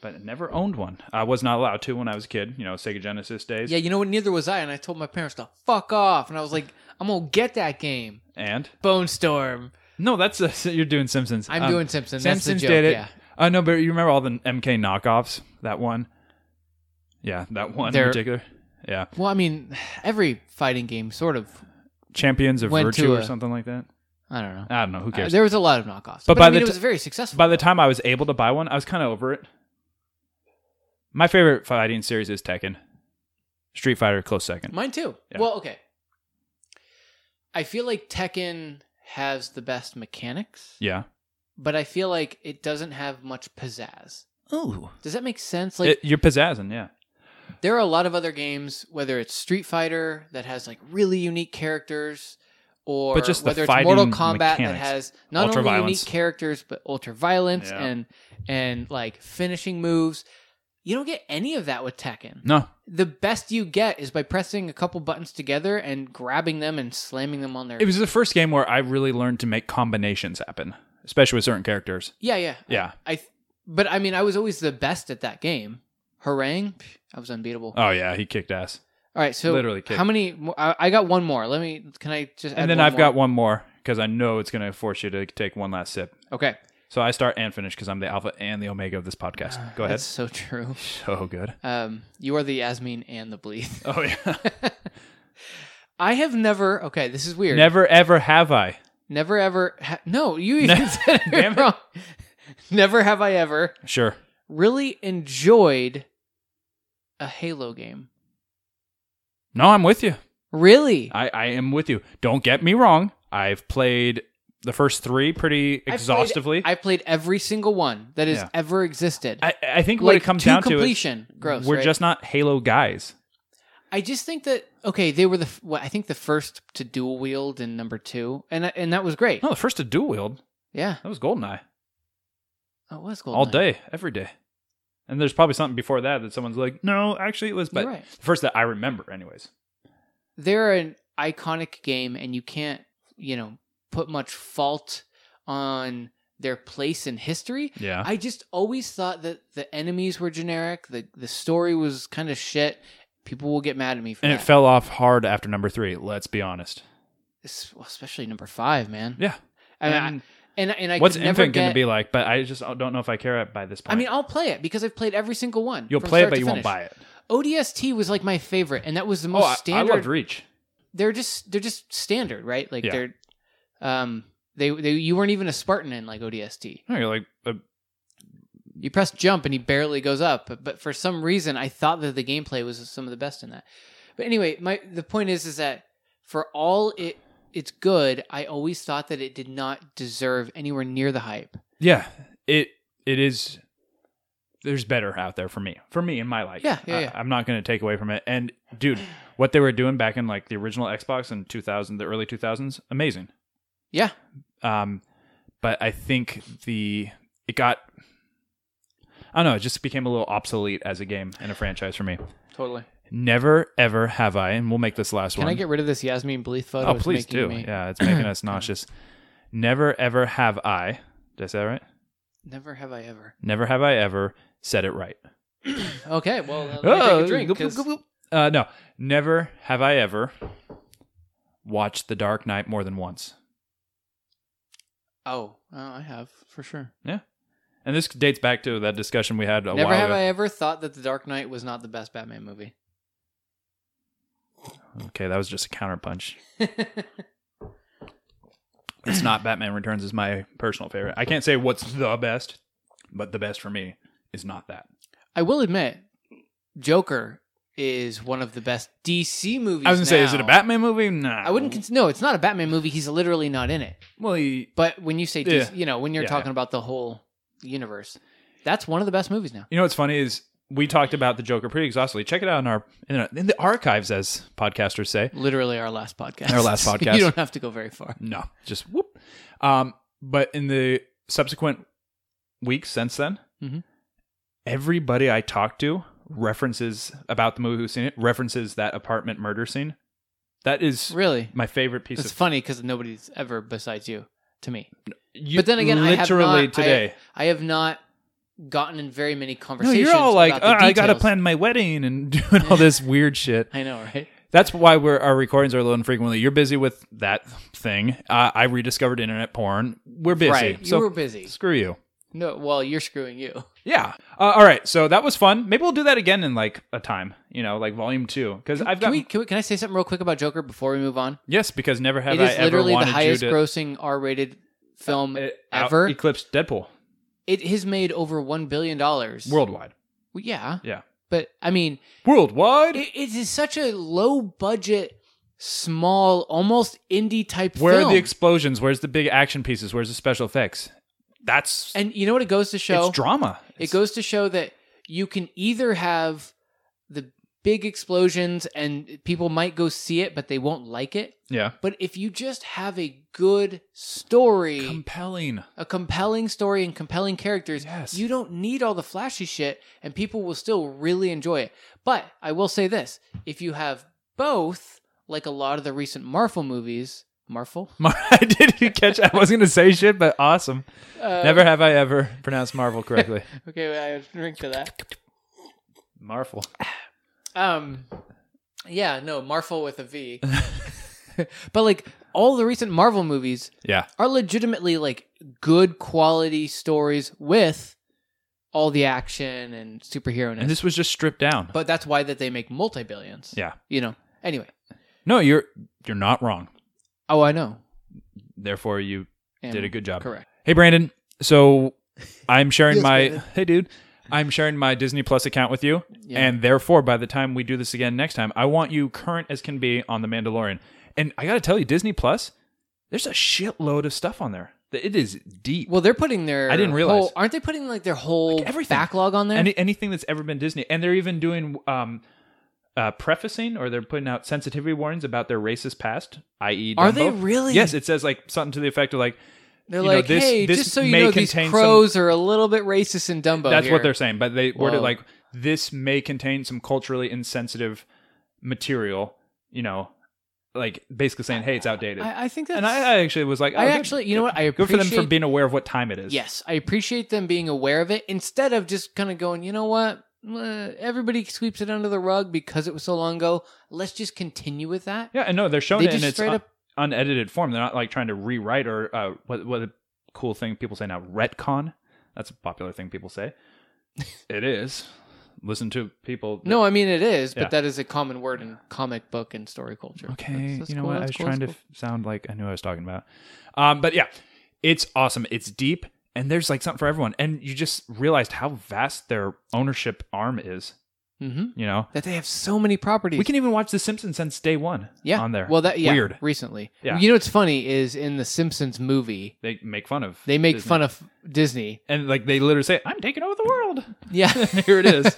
Speaker 2: But I never owned one. I was not allowed to when I was a kid. You know, Sega Genesis days.
Speaker 1: Yeah, you know what? Neither was I, and I told my parents to fuck off, and I was like, I'm gonna get that game.
Speaker 2: And
Speaker 1: Bone Storm.
Speaker 2: no, that's a, [LAUGHS] you're doing Simpsons.
Speaker 1: I'm
Speaker 2: Um,
Speaker 1: doing Simpsons. That's the
Speaker 2: Simpsons
Speaker 1: joke.
Speaker 2: did it.
Speaker 1: Yeah,
Speaker 2: Uh, no, but you remember all the MK knockoffs? That one. Yeah, that one
Speaker 1: They're-
Speaker 2: in particular. Yeah,
Speaker 1: Well, I mean, every fighting game sort of.
Speaker 2: Champions of
Speaker 1: Went to
Speaker 2: Virtue or
Speaker 1: a-
Speaker 2: something like that.
Speaker 1: I don't know.
Speaker 2: I don't know. Who
Speaker 1: Uh,
Speaker 2: cares?
Speaker 1: there was a lot of knockoffs, but,
Speaker 2: But
Speaker 1: I
Speaker 2: by
Speaker 1: mean,
Speaker 2: the
Speaker 1: it
Speaker 2: t-
Speaker 1: was very successful.
Speaker 2: By the time I was able to buy one, I was kind of over it. My favorite fighting series is Tekken. Street Fighter, close second.
Speaker 1: Mine too.
Speaker 2: Yeah.
Speaker 1: Well, okay. I feel like Tekken has the best mechanics,
Speaker 2: Yeah.
Speaker 1: but I feel like it doesn't have much pizzazz.
Speaker 2: Oh.
Speaker 1: Does that make sense? Like
Speaker 2: you're pizzazzing, yeah.
Speaker 1: there are a lot of other games, whether it's Street Fighter that has like really unique characters, or
Speaker 2: But just the
Speaker 1: whether it's Mortal
Speaker 2: fighting
Speaker 1: Kombat that
Speaker 2: mechanics.
Speaker 1: has not only
Speaker 2: Ultraviolence.
Speaker 1: unique characters but ultra violence
Speaker 2: Yeah.
Speaker 1: and and like finishing moves. You don't get any of that with Tekken.
Speaker 2: No.
Speaker 1: The best you get is by pressing a couple buttons together and grabbing them and slamming them on their.
Speaker 2: It was the first game where I really learned to make combinations happen, especially with certain characters.
Speaker 1: yeah, yeah,
Speaker 2: Yeah.
Speaker 1: I, th- but I mean, I was always the best at that game. Harangue, Pff, I was unbeatable.
Speaker 2: Oh, yeah, he kicked ass.
Speaker 1: All right, so
Speaker 2: Literally kicked.
Speaker 1: how many? mo- I, I got one more. Let me. Can I just? add
Speaker 2: and then
Speaker 1: one
Speaker 2: I've
Speaker 1: more?
Speaker 2: got one more because I know it's going to force you to take one last sip.
Speaker 1: Okay.
Speaker 2: So I start and finish because I'm the alpha and the omega of this podcast. Go ahead.
Speaker 1: Uh,
Speaker 2: [LAUGHS]
Speaker 1: That's so true.
Speaker 2: So good.
Speaker 1: Um, you are the Yasmin and the Bleeth. [LAUGHS]
Speaker 2: Oh, yeah.
Speaker 1: I have never. Okay, this is weird.
Speaker 2: Never, ever have I.
Speaker 1: Never ever. Ha- no, you even [LAUGHS] said it
Speaker 2: Damn it.
Speaker 1: wrong. Never have I ever
Speaker 2: Sure.
Speaker 1: really enjoyed a Halo game.
Speaker 2: No, I'm with you.
Speaker 1: Really,
Speaker 2: I, I am with you. Don't get me wrong. I've played the first three pretty
Speaker 1: played-
Speaker 2: exhaustively.
Speaker 1: I played every single one that has
Speaker 2: Yeah.
Speaker 1: ever existed.
Speaker 2: I, I, think what
Speaker 1: like
Speaker 2: it comes
Speaker 1: to
Speaker 2: down to is
Speaker 1: completion. Gross.
Speaker 2: we're
Speaker 1: right?
Speaker 2: just not Halo guys.
Speaker 1: I just think that okay, they were the f- what I think the first to dual wield in number two, and I- and that was great.
Speaker 2: No, the first to dual wield
Speaker 1: Yeah,
Speaker 2: that was Goldeneye
Speaker 1: that was cool.
Speaker 2: all day, every day. And there's probably something before that that someone's like, no, actually it was, but
Speaker 1: You're right.
Speaker 2: the first that I remember, anyways.
Speaker 1: They're an iconic game, and you can't you know put much fault on their place in history.
Speaker 2: Yeah,
Speaker 1: I just always thought that the enemies were generic. the The story was kind of shit. People will get mad at me for
Speaker 2: and
Speaker 1: that,
Speaker 2: it fell off hard after number three. Let's be honest.
Speaker 1: Es- well, especially number five, man.
Speaker 2: Yeah,
Speaker 1: I mean, I-
Speaker 2: And
Speaker 1: And and I
Speaker 2: What's
Speaker 1: could never
Speaker 2: Infant going
Speaker 1: get-
Speaker 2: to be like? But I just don't know if I care by this point.
Speaker 1: I mean, I'll play it because I've played every single one.
Speaker 2: you'll
Speaker 1: from
Speaker 2: play it,
Speaker 1: start
Speaker 2: but
Speaker 1: to
Speaker 2: you won't
Speaker 1: finish.
Speaker 2: buy it.
Speaker 1: ODST was like my favorite, and that was the
Speaker 2: Oh,
Speaker 1: most
Speaker 2: I, I
Speaker 1: standard.
Speaker 2: loved Reach.
Speaker 1: they're just they're just standard, right? Like
Speaker 2: Yeah.
Speaker 1: they're um they they you weren't even a Spartan in like ODST.
Speaker 2: No, you're like, uh,
Speaker 1: You press jump and he barely goes up, but, but for some reason I thought that the gameplay was some of the best in that. But anyway, my the point is is that for all it it's good, I always thought that it did not deserve anywhere near the hype.
Speaker 2: yeah, it it is. There's better out there for me, for me in my life.
Speaker 1: Yeah, yeah,
Speaker 2: I,
Speaker 1: yeah.
Speaker 2: I'm not going to take away from it. And dude, what they were doing back in like the original Xbox in 2000, the early 2000s, amazing.
Speaker 1: Yeah.
Speaker 2: um, but I think the it got I don't know, it just became a little obsolete as a game and a franchise for me.
Speaker 1: Totally.
Speaker 2: Never ever have I, and we'll make this last
Speaker 1: Can
Speaker 2: one.
Speaker 1: I get rid of this Yasmin Bleeth photo?
Speaker 2: oh,
Speaker 1: It's
Speaker 2: please
Speaker 1: making
Speaker 2: do.
Speaker 1: me-
Speaker 2: Yeah, it's
Speaker 1: [CLEARS THROAT]
Speaker 2: making us nauseous. Never ever have I. Did I say that right?
Speaker 1: Never have I ever.
Speaker 2: Never have I ever said it right.
Speaker 1: Okay, well, uh, let me
Speaker 2: Oh,
Speaker 1: take a drink.
Speaker 2: goop, goop,
Speaker 1: 'cause-
Speaker 2: goop, goop. Uh, no, never have I ever watched The Dark Knight more than once.
Speaker 1: Oh, uh, I have for sure.
Speaker 2: And this dates back to that discussion we had a
Speaker 1: Never
Speaker 2: while
Speaker 1: have
Speaker 2: ago.
Speaker 1: I ever thought that The Dark Knight was not the best Batman movie. [LAUGHS]
Speaker 2: Okay, that was just a counterpunch. it's not Batman Returns is my personal favorite. I can't say what's the best, but the best for me is not that.
Speaker 1: I will admit, Joker is one of the best DC movies.
Speaker 2: I was gonna say, is
Speaker 1: now.
Speaker 2: it a Batman movie? No,
Speaker 1: I wouldn't. Cons- no, it's not a Batman movie. He's literally not in it.
Speaker 2: well, he,
Speaker 1: But when you say, DC,
Speaker 2: Yeah.
Speaker 1: you know, when you're
Speaker 2: Yeah,
Speaker 1: talking about the whole universe, that's one of the best movies now.
Speaker 2: you know what's funny is we talked about the Joker pretty exhaustively. Check it out in our in, our, in the archives, as podcasters say.
Speaker 1: Literally, our last podcast.
Speaker 2: Our last podcast.
Speaker 1: [LAUGHS] you don't have to go very far.
Speaker 2: No, just whoop. Um, but in the subsequent weeks since then,
Speaker 1: Mhm.
Speaker 2: everybody I talked to references about the movie who's seen it references that apartment murder scene. That is
Speaker 1: Really,
Speaker 2: my favorite piece
Speaker 1: it's
Speaker 2: of
Speaker 1: funny because nobody's ever besides you to me.
Speaker 2: You-
Speaker 1: But then again, I have
Speaker 2: literally
Speaker 1: not- I-
Speaker 2: today.
Speaker 1: I have not gotten in very many
Speaker 2: no,
Speaker 1: conversations.
Speaker 2: you're all like,
Speaker 1: about the
Speaker 2: "Oh, I gotta
Speaker 1: details."
Speaker 2: plan my wedding and [LAUGHS] doing all this weird shit.
Speaker 1: I know, right?
Speaker 2: That's why we're, our recordings are low and frequently. You're busy with that thing. Uh, I rediscovered internet porn. We're busy.
Speaker 1: Right.
Speaker 2: So
Speaker 1: you were busy.
Speaker 2: screw you.
Speaker 1: No, well, you're screwing you.
Speaker 2: Yeah. Uh, all right. So that was fun. Maybe we'll do that again in like a time. You know, like volume two. Because I've
Speaker 1: Can
Speaker 2: got
Speaker 1: we, can we? Can I say something real quick about Joker before we move on?
Speaker 2: yes. Because never have
Speaker 1: It
Speaker 2: I
Speaker 1: is
Speaker 2: ever
Speaker 1: literally the
Speaker 2: wanted
Speaker 1: highest
Speaker 2: you to Uh,
Speaker 1: grossing R-rated film
Speaker 2: it out-
Speaker 1: ever.
Speaker 2: eclipse Deadpool
Speaker 1: it has made over one billion dollars.
Speaker 2: worldwide.
Speaker 1: Well, yeah,
Speaker 2: Yeah.
Speaker 1: but I mean,
Speaker 2: Worldwide.
Speaker 1: it, it is such a low budget, small, almost indie type
Speaker 2: Where
Speaker 1: film.
Speaker 2: are the explosions? Where's the big action pieces? Where's the special effects? That's
Speaker 1: and you know what it goes to show?
Speaker 2: it's drama.
Speaker 1: It goes to show that you can either have the big explosions and people might go see it, but they won't like it.
Speaker 2: yeah,
Speaker 1: But if you just have a good story,
Speaker 2: compelling. [LAUGHS]
Speaker 1: a compelling story and compelling characters,
Speaker 2: Yes.
Speaker 1: you don't need all the flashy shit and people will still really enjoy it. But I will say this if you have both, like a lot of the recent Marvel movies, Marvel?
Speaker 2: I did you catch? I was gonna say shit, but awesome.
Speaker 1: Uh,
Speaker 2: Never have I ever pronounced
Speaker 1: [LAUGHS]
Speaker 2: Marvel correctly.
Speaker 1: Okay, I have to drink to that.
Speaker 2: Marvel.
Speaker 1: Um, yeah, no, Marvel with a V.
Speaker 2: [LAUGHS]
Speaker 1: but like all the recent Marvel movies,
Speaker 2: Yeah,
Speaker 1: are legitimately like good quality stories with all the action and superhero
Speaker 2: and
Speaker 1: ness.
Speaker 2: this was just stripped down.
Speaker 1: But that's why that they make multi billions.
Speaker 2: yeah,
Speaker 1: You know. Anyway.
Speaker 2: no, you're you're not wrong.
Speaker 1: Oh, I know.
Speaker 2: Therefore, you
Speaker 1: Am
Speaker 2: did a good job.
Speaker 1: Correct.
Speaker 2: Hey, Brandon. So
Speaker 1: [LAUGHS]
Speaker 2: I'm sharing
Speaker 1: Yes,
Speaker 2: my
Speaker 1: Brandon.
Speaker 2: [LAUGHS] hey, dude. I'm sharing my Disney Plus account with you,
Speaker 1: Yeah.
Speaker 2: and therefore, by the time we do this again next time, I want you current as can be on the Mandalorian. And I got to tell you, Disney Plus, there's a shitload of stuff on there. It is deep.
Speaker 1: Well, they're putting their.
Speaker 2: I didn't realize.
Speaker 1: whole- aren't they putting like their whole
Speaker 2: Like, everything.
Speaker 1: backlog on there?
Speaker 2: Any, anything that's ever been Disney, and they're even doing um, uh, prefacing or they're putting out sensitivity warnings about their racist past, i.e.,
Speaker 1: Are
Speaker 2: Dumbo.
Speaker 1: they really?
Speaker 2: Yes, it says like something to the effect of like
Speaker 1: they're
Speaker 2: you know,
Speaker 1: like,
Speaker 2: this-
Speaker 1: hey,
Speaker 2: this
Speaker 1: just so you
Speaker 2: may
Speaker 1: know, these
Speaker 2: contain some-
Speaker 1: crows are a little bit racist in Dumbo.
Speaker 2: That's
Speaker 1: here.
Speaker 2: what they're saying, but they worded
Speaker 1: Whoa.
Speaker 2: like this may contain some culturally insensitive material. You know, like basically saying, "Hey, it's outdated."
Speaker 1: I, I think that's.
Speaker 2: and I, I actually was like, oh,
Speaker 1: I
Speaker 2: good.
Speaker 1: actually, you know what? I
Speaker 2: good for
Speaker 1: appreciate
Speaker 2: them for being aware of what time it is.
Speaker 1: Yes, I appreciate them being aware of it instead of just kind of going, you know what? Uh, everybody sweeps it under the rug because it was so long ago. Let's just continue with that.
Speaker 2: yeah, and no, they're showing
Speaker 1: They
Speaker 2: it in
Speaker 1: just
Speaker 2: its
Speaker 1: straight
Speaker 2: un-
Speaker 1: up-
Speaker 2: unedited form. They're not like trying to rewrite or uh, what what cool thing people say now. Retcon. That's a popular thing
Speaker 1: [LAUGHS]
Speaker 2: people say. it is. Listen to people. that-
Speaker 1: No, I mean it is, but
Speaker 2: Yeah.
Speaker 1: that is a common word in comic book and story culture.
Speaker 2: Okay,
Speaker 1: That's- that's
Speaker 2: you know
Speaker 1: cool,
Speaker 2: what? I
Speaker 1: that's
Speaker 2: was
Speaker 1: cool,
Speaker 2: trying to
Speaker 1: that's
Speaker 2: f- sound like I knew what I was talking about. Um, but yeah, it's awesome. It's deep, and there's like something for everyone. And you just realized how vast their ownership arm is.
Speaker 1: cool. Mhm.
Speaker 2: You know,
Speaker 1: That they have so many properties.
Speaker 2: we can even watch The Simpsons since day one.
Speaker 1: yeah.
Speaker 2: on there.
Speaker 1: Well, that yeah,
Speaker 2: weird.
Speaker 1: recently.
Speaker 2: Yeah.
Speaker 1: You know what's funny is in the Simpsons movie,
Speaker 2: They make fun of.
Speaker 1: they make
Speaker 2: Disney.
Speaker 1: fun of
Speaker 2: [LAUGHS]
Speaker 1: Disney.
Speaker 2: and like they literally say, "I'm taking over the
Speaker 1: [LAUGHS]
Speaker 2: world." [LAUGHS]
Speaker 1: Yeah.
Speaker 2: Here
Speaker 1: [LAUGHS]
Speaker 2: it is.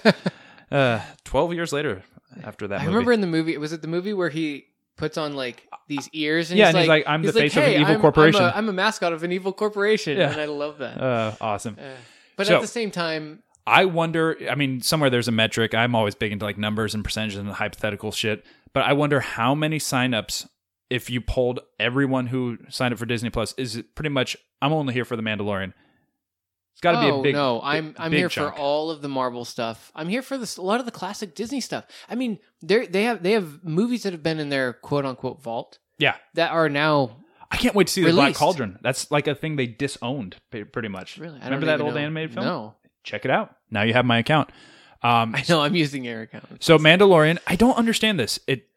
Speaker 2: Uh, Twelve years later, after that,
Speaker 1: I
Speaker 2: movie.
Speaker 1: remember in the movie, was it the movie where he puts on like these ears and
Speaker 2: Yeah,
Speaker 1: he's,
Speaker 2: and
Speaker 1: like,
Speaker 2: he's like, "I'm the face of an
Speaker 1: "Hey,
Speaker 2: evil
Speaker 1: I'm- I'm a-
Speaker 2: corporation."
Speaker 1: I'm a, mascot of an evil corporation,
Speaker 2: Yeah.
Speaker 1: and I love that.
Speaker 2: Uh, awesome.
Speaker 1: Uh, but
Speaker 2: So-
Speaker 1: at the same time,
Speaker 2: I wonder. I mean, somewhere there's a metric. I'm always big into like numbers and percentages and hypothetical shit. But I wonder how many signups, if you polled everyone who signed up for Disney Plus, is it pretty much? I'm only here for the Mandalorian. It's got to be
Speaker 1: oh,
Speaker 2: a big.
Speaker 1: no, I'm I'm
Speaker 2: big
Speaker 1: here
Speaker 2: chunk.
Speaker 1: for all of the Marvel stuff. I'm here for this, a lot of the classic Disney stuff. I mean, they they have they have movies that have been in their quote unquote vault
Speaker 2: Yeah,
Speaker 1: that are now
Speaker 2: I can't wait to see the Black
Speaker 1: Released.
Speaker 2: Cauldron. That's like a thing they disowned, p- pretty much.
Speaker 1: really. I don't
Speaker 2: Remember that
Speaker 1: even
Speaker 2: old
Speaker 1: know.
Speaker 2: animated film?
Speaker 1: No,
Speaker 2: Check it out. Now you have my account. Um,
Speaker 1: I know I'm using your account.
Speaker 2: So Mandalorian, I don't understand this. It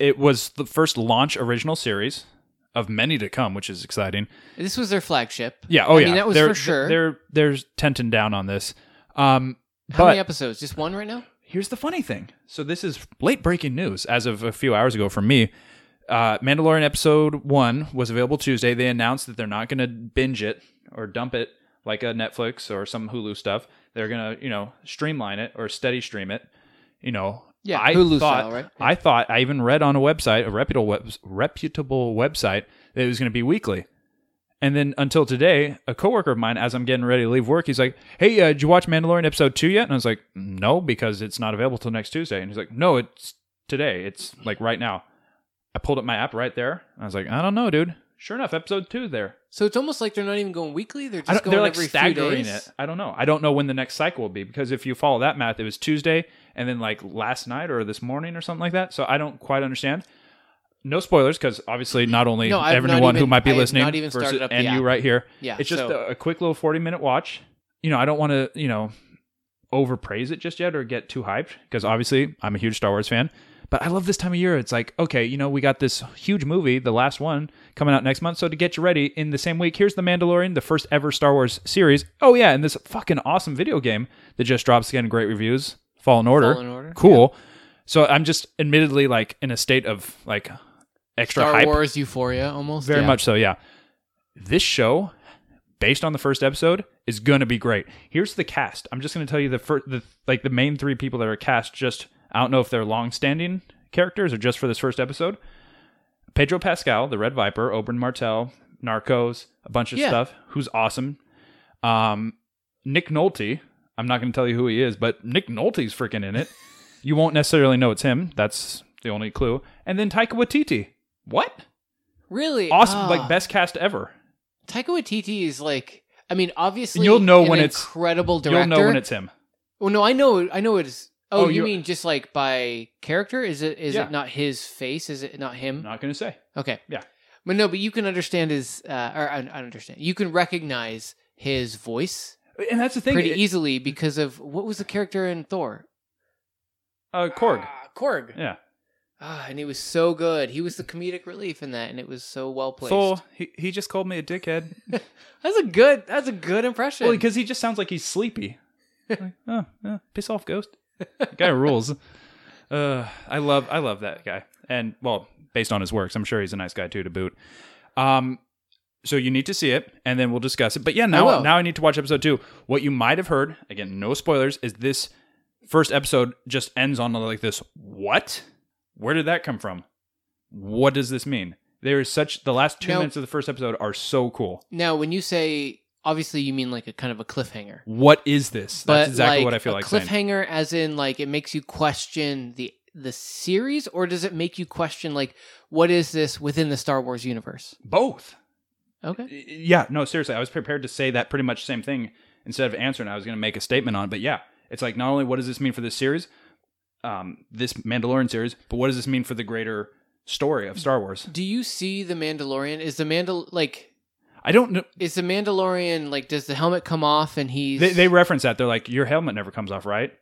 Speaker 2: it was the first launch original series of many to come, which is exciting.
Speaker 1: This was their flagship.
Speaker 2: Yeah, oh
Speaker 1: I
Speaker 2: yeah.
Speaker 1: mean, that was
Speaker 2: they're,
Speaker 1: for sure.
Speaker 2: They're they're tenting down on this. Um
Speaker 1: How many
Speaker 2: but
Speaker 1: episodes? Just one right now?
Speaker 2: here's the funny thing. So this is late breaking news as of a few hours ago from me. Uh, Mandalorian episode one was available Tuesday. They announced that they're not going to binge it or dump it like a Netflix or some Hulu stuff. They're going to you know streamline it or steady stream it. You know,
Speaker 1: Yeah,
Speaker 2: I
Speaker 1: Hulu
Speaker 2: thought
Speaker 1: style, right?
Speaker 2: I thought I even read on a website, a reputable web, reputable website, that it was going to be weekly. And then until today, a coworker of mine, as I'm getting ready to leave work, he's like, "Hey, uh, did you watch Mandalorian episode two yet?" And I was like, "No, because it's not available till next Tuesday." And he's like, "No, it's today. It's like right now." I pulled up my app right there. I was like, "I don't know, dude." Sure enough, episode two there.
Speaker 1: So it's almost like they're not even going weekly. They're
Speaker 2: I
Speaker 1: just
Speaker 2: don't,
Speaker 1: going
Speaker 2: they're like
Speaker 1: every
Speaker 2: staggering
Speaker 1: few days.
Speaker 2: it. I don't know. I don't know when the next cycle will be because if you follow that math, it was Tuesday and then like last night or this morning or something like that. So I don't quite understand. No spoilers because obviously not only
Speaker 1: No, I've not
Speaker 2: everyone who
Speaker 1: even-
Speaker 2: might be
Speaker 1: I have
Speaker 2: listening
Speaker 1: not even
Speaker 2: versus,
Speaker 1: started up the
Speaker 2: and you
Speaker 1: app.
Speaker 2: right here.
Speaker 1: Yeah,
Speaker 2: It's just
Speaker 1: so-
Speaker 2: a, a quick little 40 minute watch. You know, I don't want to, you know, overpraise it just yet or get too hyped because obviously I'm a huge Star Wars fan. But I love this time of year. It's like, okay, you know, we got this huge movie, the last one, coming out next month. So to get you ready in the same week, here's The Mandalorian, the first ever Star Wars series. Oh, yeah, and this fucking awesome video game that just drops again, great reviews. Fallen Order.
Speaker 1: Fallen Order,
Speaker 2: Cool. So I'm just admittedly like in a state of like extra
Speaker 1: Star
Speaker 2: hype.
Speaker 1: Wars Euphoria almost.
Speaker 2: Very
Speaker 1: yeah.
Speaker 2: much so, yeah. This show, based on the first episode, is gonna be great. Here's the cast. I'm just gonna tell you the first, the like the main three people that are cast. Just I don't know if they're long-standing characters or just for this first episode. Pedro Pascal, the Red Viper, Oberyn Martell, Narcos, a bunch of
Speaker 1: Yeah.
Speaker 2: stuff. Who's awesome. Um, Nick Nolte. I'm not gonna tell you who he is, but Nick Nolte's freaking
Speaker 1: [LAUGHS]
Speaker 2: in it. you won't necessarily know it's him. That's the only clue. And then Taika Waititi. What?
Speaker 1: Really
Speaker 2: awesome,
Speaker 1: Ah.
Speaker 2: like best cast ever.
Speaker 1: Taika Waititi is like, I mean, obviously,
Speaker 2: You'll know
Speaker 1: an
Speaker 2: when it's-
Speaker 1: incredible director.
Speaker 2: You'll know when it's him.
Speaker 1: Well, no, I know, I know it is.
Speaker 2: Oh,
Speaker 1: Oh, you
Speaker 2: you're-
Speaker 1: mean just like by character? Is it is
Speaker 2: Yeah.
Speaker 1: it not his face? Is it not him?
Speaker 2: I'm not gonna say.
Speaker 1: Okay,
Speaker 2: Yeah.
Speaker 1: but no, but you can understand his, uh, or I, I don't understand. You can recognize his voice
Speaker 2: And that's the thing.
Speaker 1: pretty e-
Speaker 2: it-
Speaker 1: easily because of what was the character in Thor?
Speaker 2: uh, Korg.
Speaker 1: Ah, Korg.
Speaker 2: Yeah.
Speaker 1: Ah, and he was so good. He was the comedic relief in that, and it was so well placed.
Speaker 2: So he, he just called me a dickhead.
Speaker 1: that's a good. That's a good impression.
Speaker 2: well, because he just sounds like he's [LAUGHS] sleepy. Like, oh, yeah, piss off, ghost. Guy [LAUGHS] rules. Uh, I love I love that guy. And well, based on his works, I'm sure he's a nice guy too to boot. Um, so you need to see it, and then we'll discuss it. But yeah, now
Speaker 1: will.
Speaker 2: now I need to watch episode two. What you might have heard, again, no spoilers, is this first episode just ends on like this. What? Where did that come from? What does this mean? There is such the last two
Speaker 1: Now-
Speaker 2: minutes of the first episode are so cool.
Speaker 1: now, when you say obviously, you mean like a kind of a cliffhanger.
Speaker 2: What is this?
Speaker 1: but
Speaker 2: That's exactly
Speaker 1: like,
Speaker 2: what I feel
Speaker 1: a
Speaker 2: like saying.
Speaker 1: cliffhanger as in like it makes you question the the series or does it make you question like what is this within the Star Wars universe?
Speaker 2: Both.
Speaker 1: Okay.
Speaker 2: Y- Yeah, no, seriously. I was prepared to say that pretty much same thing instead of answering. I was going to make a statement on it, but yeah, it's like not only what does this mean for this series, um, this Mandalorian series, but what does this mean for the greater story of Star Wars?
Speaker 1: Do you see the Mandalorian is the Mandal like
Speaker 2: I don't know.
Speaker 1: Is the Mandalorian like? Does the helmet come off and he's?
Speaker 2: They, they reference that. They're like, your helmet never comes off, right?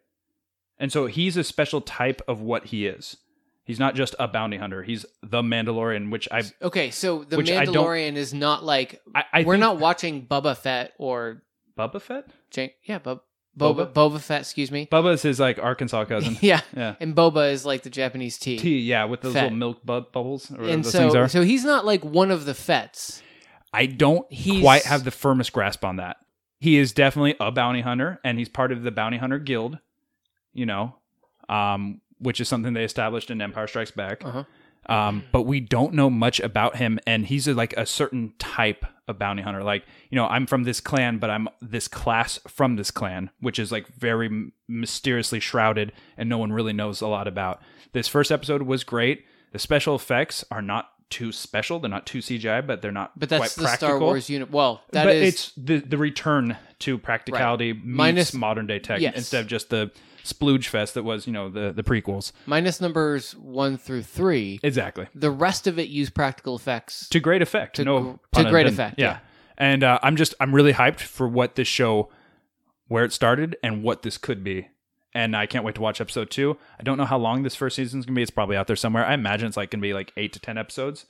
Speaker 2: And so he's a special type of what he is. He's not just a bounty hunter. He's the Mandalorian, which I
Speaker 1: okay, so the
Speaker 2: Which I don't-
Speaker 1: Mandalorian is not like
Speaker 2: I, I
Speaker 1: we're
Speaker 2: think-
Speaker 1: not watching Boba Fett or
Speaker 2: Bubba Fett.
Speaker 1: Jan- yeah, Bob, Boba, Boba Fett. Excuse me.
Speaker 2: Bubba is his like Arkansas
Speaker 1: [LAUGHS]
Speaker 2: cousin.
Speaker 1: yeah,
Speaker 2: yeah,
Speaker 1: and Boba is like the Japanese tea.
Speaker 2: tea. Yeah, with those
Speaker 1: Fett.
Speaker 2: little milk bu- bubbles or whatever
Speaker 1: and
Speaker 2: those things
Speaker 1: so
Speaker 2: are.
Speaker 1: so he's not like one of the Fets.
Speaker 2: I don't
Speaker 1: He's-
Speaker 2: quite have the firmest grasp on that. He is definitely a bounty hunter, and he's part of the bounty hunter guild. You know, um, which is something they established in Empire Strikes Back.
Speaker 1: Uh-huh.
Speaker 2: Um, but we don't know much about him, and he's a, like a certain type of bounty hunter. Like, you know, I'm from this clan, but I'm this class from this clan, which is like very m- mysteriously shrouded, and no one really knows a lot about. This first episode was great. The special effects are not too special; they're not too CGI, but they're not
Speaker 1: But that's
Speaker 2: quite
Speaker 1: the
Speaker 2: practical.
Speaker 1: Star Wars unit. Well, that
Speaker 2: but
Speaker 1: is
Speaker 2: it's the the return to practicality meets
Speaker 1: Minus-
Speaker 2: modern day tech
Speaker 1: Yes.
Speaker 2: instead of just the splooge fest that was you know the the prequels.
Speaker 1: minus numbers one through three.
Speaker 2: Exactly.
Speaker 1: the rest of it used practical effects.
Speaker 2: to great effect. no,
Speaker 1: gr-
Speaker 2: pun
Speaker 1: to great
Speaker 2: intended.
Speaker 1: effect, yeah.
Speaker 2: And uh, I'm just I'm really hyped for what this show, where it started and what this could be, and I can't wait to watch episode two. I don't know how long this first season's gonna be. It's probably out there somewhere. I imagine it's like gonna be like eight to ten episodes.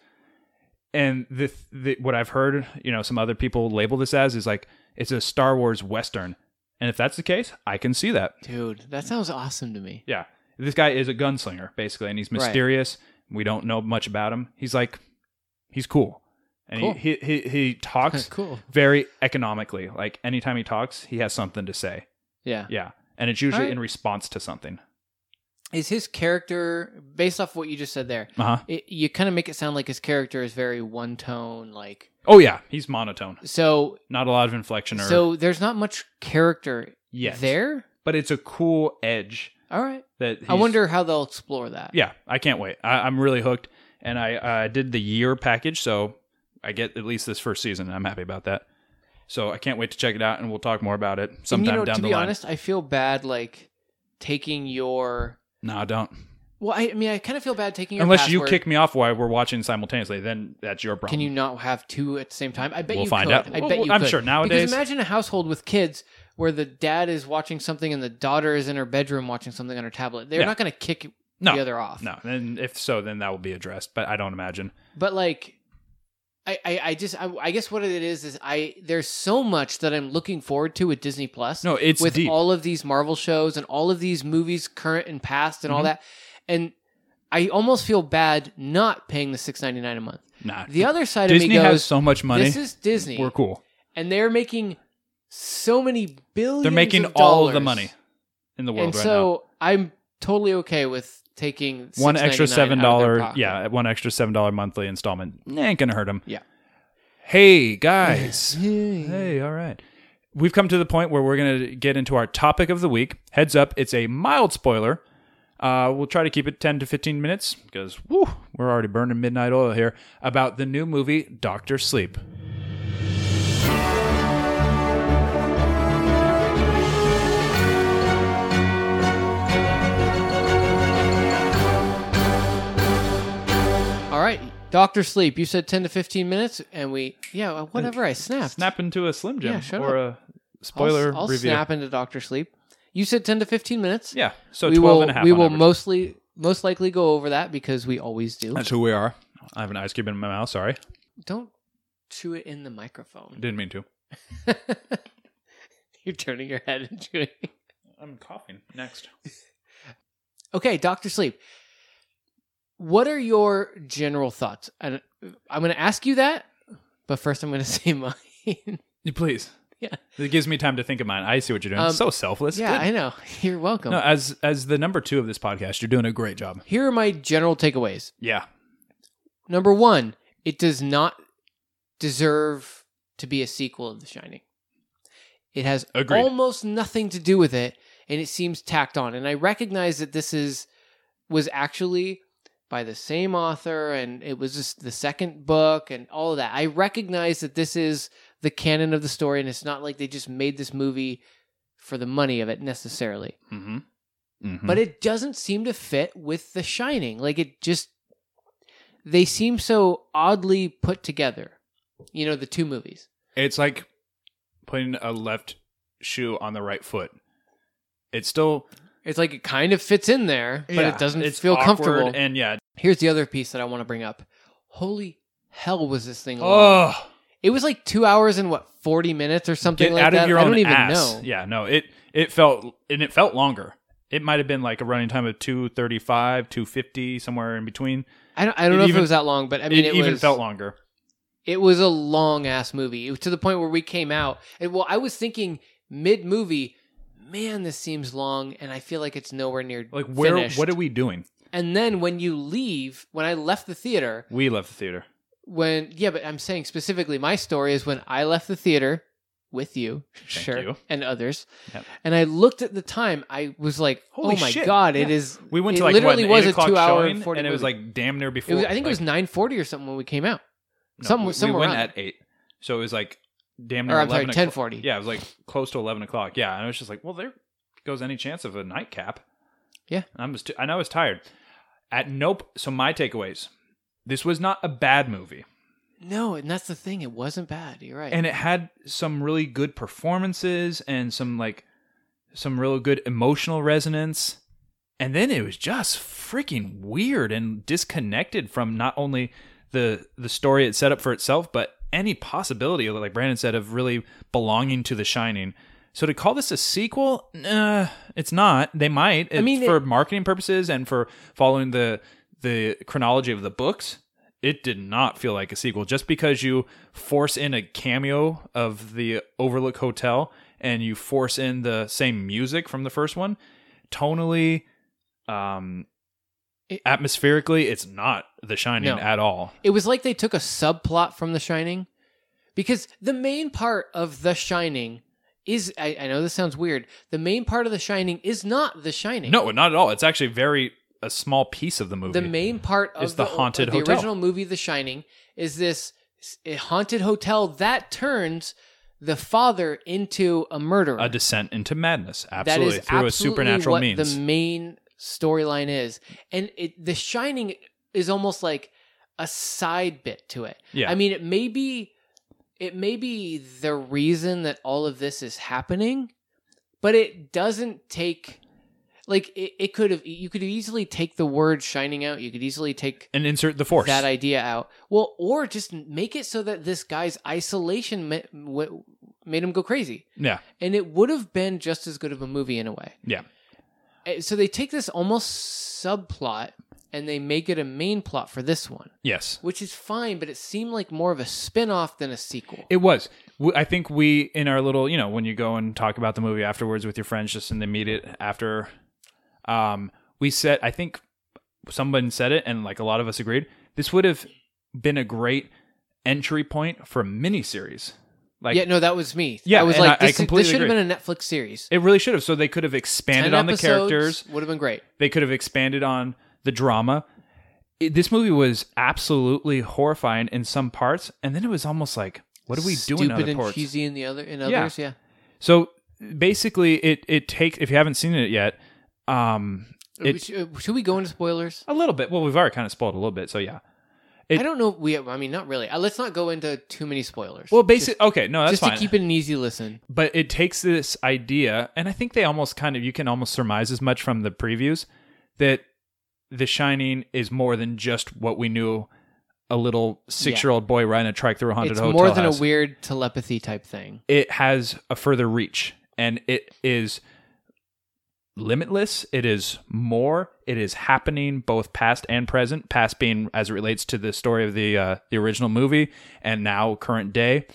Speaker 2: And the, the what I've heard, you know, some other people label this as is like it's a Star Wars western, and if that's the case, I can see that.
Speaker 1: Dude, that sounds awesome to me.
Speaker 2: Yeah. This guy is a gunslinger, basically, and he's
Speaker 1: Right.
Speaker 2: mysterious. We don't know much about him. He's like, he's cool. And
Speaker 1: Cool.
Speaker 2: He, he, he, he talks
Speaker 1: [LAUGHS] cool.
Speaker 2: very economically. Like, anytime he talks, he has something to say.
Speaker 1: Yeah.
Speaker 2: Yeah. And it's usually
Speaker 1: Alright.
Speaker 2: in response to something.
Speaker 1: Is his character based off what you just said there?
Speaker 2: Uh huh.
Speaker 1: It, you kind of make it sound like his character is very one tone, like
Speaker 2: Oh, yeah. He's monotone.
Speaker 1: so.
Speaker 2: Not a lot of inflection or
Speaker 1: So there's not much character
Speaker 2: Yes.
Speaker 1: there.
Speaker 2: But it's a cool edge
Speaker 1: All right.
Speaker 2: that
Speaker 1: I
Speaker 2: he's-
Speaker 1: wonder how they'll explore that.
Speaker 2: Yeah. I can't wait. I, I'm really hooked. And I uh, did the year package. So I get at least this first season. And I'm happy about that. So I can't wait to check it out. And we'll talk more about it
Speaker 1: And,
Speaker 2: sometime
Speaker 1: you know,
Speaker 2: down
Speaker 1: to
Speaker 2: the
Speaker 1: be
Speaker 2: line.
Speaker 1: honest, I feel bad like taking your.
Speaker 2: No, don't.
Speaker 1: Well, I, I mean, I kind of feel bad taking your.
Speaker 2: Unless you
Speaker 1: password.
Speaker 2: kick me off while we're watching simultaneously, then that's your problem.
Speaker 1: Can you not have two at the same time? I bet
Speaker 2: We'll
Speaker 1: you
Speaker 2: find
Speaker 1: could.
Speaker 2: out.
Speaker 1: I
Speaker 2: Well,
Speaker 1: bet you
Speaker 2: I'm
Speaker 1: could.
Speaker 2: sure nowadays-
Speaker 1: Because imagine a household with kids where the dad is watching something and the daughter is in her bedroom watching something on her tablet. They're
Speaker 2: Yeah.
Speaker 1: not going to kick
Speaker 2: No.
Speaker 1: the other off.
Speaker 2: No, then if so, then that will be addressed. But I don't imagine.
Speaker 1: But like, I, I, I just, I, I guess what it is is I there's so much that I'm looking forward to with Disney Plus.
Speaker 2: No, it's
Speaker 1: with
Speaker 2: deep.
Speaker 1: all of these Marvel shows and all of these movies, current and past, and all
Speaker 2: Mhm.
Speaker 1: that, and. I almost feel bad not paying the six ninety nine a month.
Speaker 2: nah,
Speaker 1: The other side
Speaker 2: Disney
Speaker 1: of me
Speaker 2: has
Speaker 1: goes,
Speaker 2: so much money.
Speaker 1: "This is Disney.
Speaker 2: we're cool.
Speaker 1: and they're making so many billions.
Speaker 2: They're making
Speaker 1: of
Speaker 2: all the
Speaker 1: dollars.
Speaker 2: money in the world
Speaker 1: and
Speaker 2: right
Speaker 1: so I'm totally okay with taking
Speaker 2: now. One extra
Speaker 1: $6.99
Speaker 2: seven
Speaker 1: out of their
Speaker 2: dollar,
Speaker 1: pocket.
Speaker 2: yeah, one extra seven dollar monthly installment nah, ain't gonna hurt them.
Speaker 1: Yeah.
Speaker 2: Hey [LAUGHS] guys. Hey, all right. We've come to the point where we're going to get into our topic of the week. Heads up, it's a mild spoiler. Uh, we'll try to keep it 10 to 15 minutes because woo, we're already burning midnight oil here about the new movie Doctor Sleep.
Speaker 1: All right, Doctor Sleep. You said ten to fifteen minutes, and we yeah, well, whatever. I snapped.
Speaker 2: Snap into a Slim Jim
Speaker 1: Yeah, shut
Speaker 2: or a spoiler
Speaker 1: I'll, I'll
Speaker 2: review.
Speaker 1: snap into Doctor Sleep. You said ten to fifteen minutes.
Speaker 2: Yeah, so
Speaker 1: we
Speaker 2: 12
Speaker 1: will.
Speaker 2: and a half
Speaker 1: we
Speaker 2: on
Speaker 1: will
Speaker 2: average.
Speaker 1: mostly most likely go over that because we always do.
Speaker 2: That's who we are. I have an ice cube in my mouth. Sorry.
Speaker 1: Don't chew it in the microphone.
Speaker 2: Didn't mean to.
Speaker 1: [LAUGHS] You're turning your head and chewing.
Speaker 2: I'm coughing. Next.
Speaker 1: Okay, Doctor Sleep. What are your general thoughts? And uh, I'm going to ask you that, but first I'm going to [LAUGHS] say mine.
Speaker 2: Please.
Speaker 1: Yeah.
Speaker 2: It gives me time to think of mine. I see what you're doing.
Speaker 1: Um,
Speaker 2: so selfless.
Speaker 1: yeah,
Speaker 2: Good.
Speaker 1: I know. [LAUGHS] You're welcome.
Speaker 2: No, as as the number two of this podcast, you're doing a great job.
Speaker 1: Here are my general takeaways.
Speaker 2: Yeah,
Speaker 1: Number one, it does not deserve to be a sequel of The Shining. It has
Speaker 2: Agreed.
Speaker 1: almost nothing to do with it, and it seems tacked on. And I recognize that this is was actually by the same author, and it was just the second book and all of that. I recognize that this is the canon of the story, and it's not like they just made this movie for the money of it necessarily
Speaker 2: mm-hmm. Mm-hmm.
Speaker 1: but it doesn't seem to fit with the shining like it just they seem so oddly put together You know the two movies.
Speaker 2: It's like putting a left shoe on the right foot. It's still
Speaker 1: It's like it kind of fits in there, but
Speaker 2: yeah,
Speaker 1: it doesn't
Speaker 2: it's
Speaker 1: feel
Speaker 2: awkward
Speaker 1: comfortable.
Speaker 2: And yeah,
Speaker 1: Here's the other piece that I want to bring up. Holy hell, was this thing long?
Speaker 2: oh,
Speaker 1: It was like two hours and what forty minutes or something
Speaker 2: get
Speaker 1: like
Speaker 2: out
Speaker 1: that.
Speaker 2: of your
Speaker 1: I
Speaker 2: own
Speaker 1: don't even
Speaker 2: ass.
Speaker 1: know.
Speaker 2: Yeah, no, it it felt and it felt longer. It might have been like a running time of two thirty five, two fifty, somewhere in between.
Speaker 1: I don't, I don't
Speaker 2: It
Speaker 1: know if
Speaker 2: even-
Speaker 1: it was that long, but I mean,
Speaker 2: it,
Speaker 1: it,
Speaker 2: even
Speaker 1: was,
Speaker 2: felt longer.
Speaker 1: It was a long ass movie It was to the point where we came out, and well, I was thinking mid movie, man, this seems long, and I feel like it's nowhere near
Speaker 2: Like where?
Speaker 1: Finished.
Speaker 2: What are we doing?
Speaker 1: And then when you leave, when I left the theater,
Speaker 2: We left the theater.
Speaker 1: when yeah, but I'm saying specifically my story is when I left the theater with you, sure,
Speaker 2: you.
Speaker 1: and others,
Speaker 2: Yep.
Speaker 1: and I looked at the time. I was like,
Speaker 2: Holy
Speaker 1: "Oh my
Speaker 2: shit,
Speaker 1: god, it
Speaker 2: yeah.
Speaker 1: is."
Speaker 2: We went
Speaker 1: It
Speaker 2: to like
Speaker 1: literally
Speaker 2: what,
Speaker 1: was
Speaker 2: an
Speaker 1: a
Speaker 2: 8 o'clock
Speaker 1: two-hour
Speaker 2: showing,
Speaker 1: and 40
Speaker 2: and it was
Speaker 1: movie.
Speaker 2: like damn near
Speaker 1: It
Speaker 2: before.
Speaker 1: was, I think it was
Speaker 2: like,
Speaker 1: 9:40 or something when we came out,
Speaker 2: no,
Speaker 1: some-
Speaker 2: we,
Speaker 1: somewhere
Speaker 2: we went
Speaker 1: around
Speaker 2: at eight, so it was like damn near
Speaker 1: or I'm sorry,
Speaker 2: 11 o'clock.
Speaker 1: 10:40.
Speaker 2: Yeah, it was like close to eleven o'clock. Yeah, and I was just like, well, there goes any chance of a nightcap.
Speaker 1: Yeah.
Speaker 2: and I was t- and I was tired. At nope. So my takeaways: this was not a bad movie,
Speaker 1: No, and that's the thing. It wasn't bad. You're right.
Speaker 2: and it had some really good performances and some like some real good emotional resonance. And then it was just freaking weird and disconnected from not only the the story it set up for itself, but any possibility, like Brandon said, of really belonging to The Shining. So to call this a sequel, uh, it's not. They might, I
Speaker 1: mean,
Speaker 2: mean, for marketing purposes and for following the the chronology of the books. It did not feel like a sequel just because you force in a cameo of the Overlook Hotel and you force in the same music from the first one. Tonally, um,
Speaker 1: It-
Speaker 2: atmospherically, it's not The Shining
Speaker 1: No.
Speaker 2: at all.
Speaker 1: It was like they took a subplot from The Shining because the main part of The Shining is I, I know this sounds weird. The main part of The Shining is not The Shining.
Speaker 2: No, not at all. It's actually very a small piece of the movie.
Speaker 1: the main part of
Speaker 2: It's the haunted
Speaker 1: of
Speaker 2: hotel.
Speaker 1: original movie The Shining is this s- haunted hotel that turns the father into a murderer.
Speaker 2: a descent into madness,
Speaker 1: that
Speaker 2: absolutely
Speaker 1: is
Speaker 2: through
Speaker 1: absolutely
Speaker 2: a supernatural
Speaker 1: what
Speaker 2: means.
Speaker 1: the main storyline is, and it, The Shining is almost like a side bit to it.
Speaker 2: yeah,
Speaker 1: I mean, it may be it may be the reason that all of this is happening, but it doesn't take like it, it could have you could easily take the word shining out, you could easily take
Speaker 2: and insert the force.
Speaker 1: that idea out. Well, or just make it so that this guy's isolation ma- w- made him go crazy.
Speaker 2: yeah,
Speaker 1: And it would have been just as good of a movie in a way.
Speaker 2: yeah.
Speaker 1: Eh, So they take this almost subplot and they make it a main plot for this one,
Speaker 2: Yes,
Speaker 1: which is fine, but it seemed like more of a spin-off than a sequel.
Speaker 2: it was. W- I think we in our little, you know, when you go and talk about the movie afterwards with your friends, just in the immediate after, um, we said. I think someone said it, and like a lot of us agreed. This would have been a great entry point for a miniseries. Like
Speaker 1: yeah, no, that was me.
Speaker 2: Yeah,
Speaker 1: I was
Speaker 2: and
Speaker 1: like,
Speaker 2: I- I
Speaker 1: this,
Speaker 2: completely
Speaker 1: this should have
Speaker 2: agree.
Speaker 1: been a Netflix series.
Speaker 2: It really should have. So they could have expanded on the characters.
Speaker 1: would have been great.
Speaker 2: They could have expanded on the drama. It- this movie was absolutely horrifying in some parts, and then it was almost like, "What are we
Speaker 1: Stupid
Speaker 2: doing?" in Other
Speaker 1: and
Speaker 2: parts?
Speaker 1: cheesy in the other in
Speaker 2: Yeah.
Speaker 1: others. Yeah,
Speaker 2: So basically, it it takes. If you haven't seen it yet, um,
Speaker 1: Are we-
Speaker 2: it
Speaker 1: should, uh, should we go into spoilers?
Speaker 2: a little bit. Well, we've already kind of spoiled a little bit. So yeah. It-
Speaker 1: I don't know. If we, I mean, not really. Uh, let's not go into too many spoilers.
Speaker 2: Well, basically, okay, no, that's
Speaker 1: just
Speaker 2: fine.
Speaker 1: to keep it an easy listen.
Speaker 2: but it takes this idea, and I think they almost kind of you can almost surmise as much from the previews that The Shining is more than just what we knew. A little six-year-old boy riding a trike through a haunted
Speaker 1: It's
Speaker 2: hotel.
Speaker 1: more than
Speaker 2: house.
Speaker 1: a weird telepathy type thing.
Speaker 2: it has a further reach and it is limitless it is more it is happening both past and present past being as it relates to the story of the uh, the original movie and now current day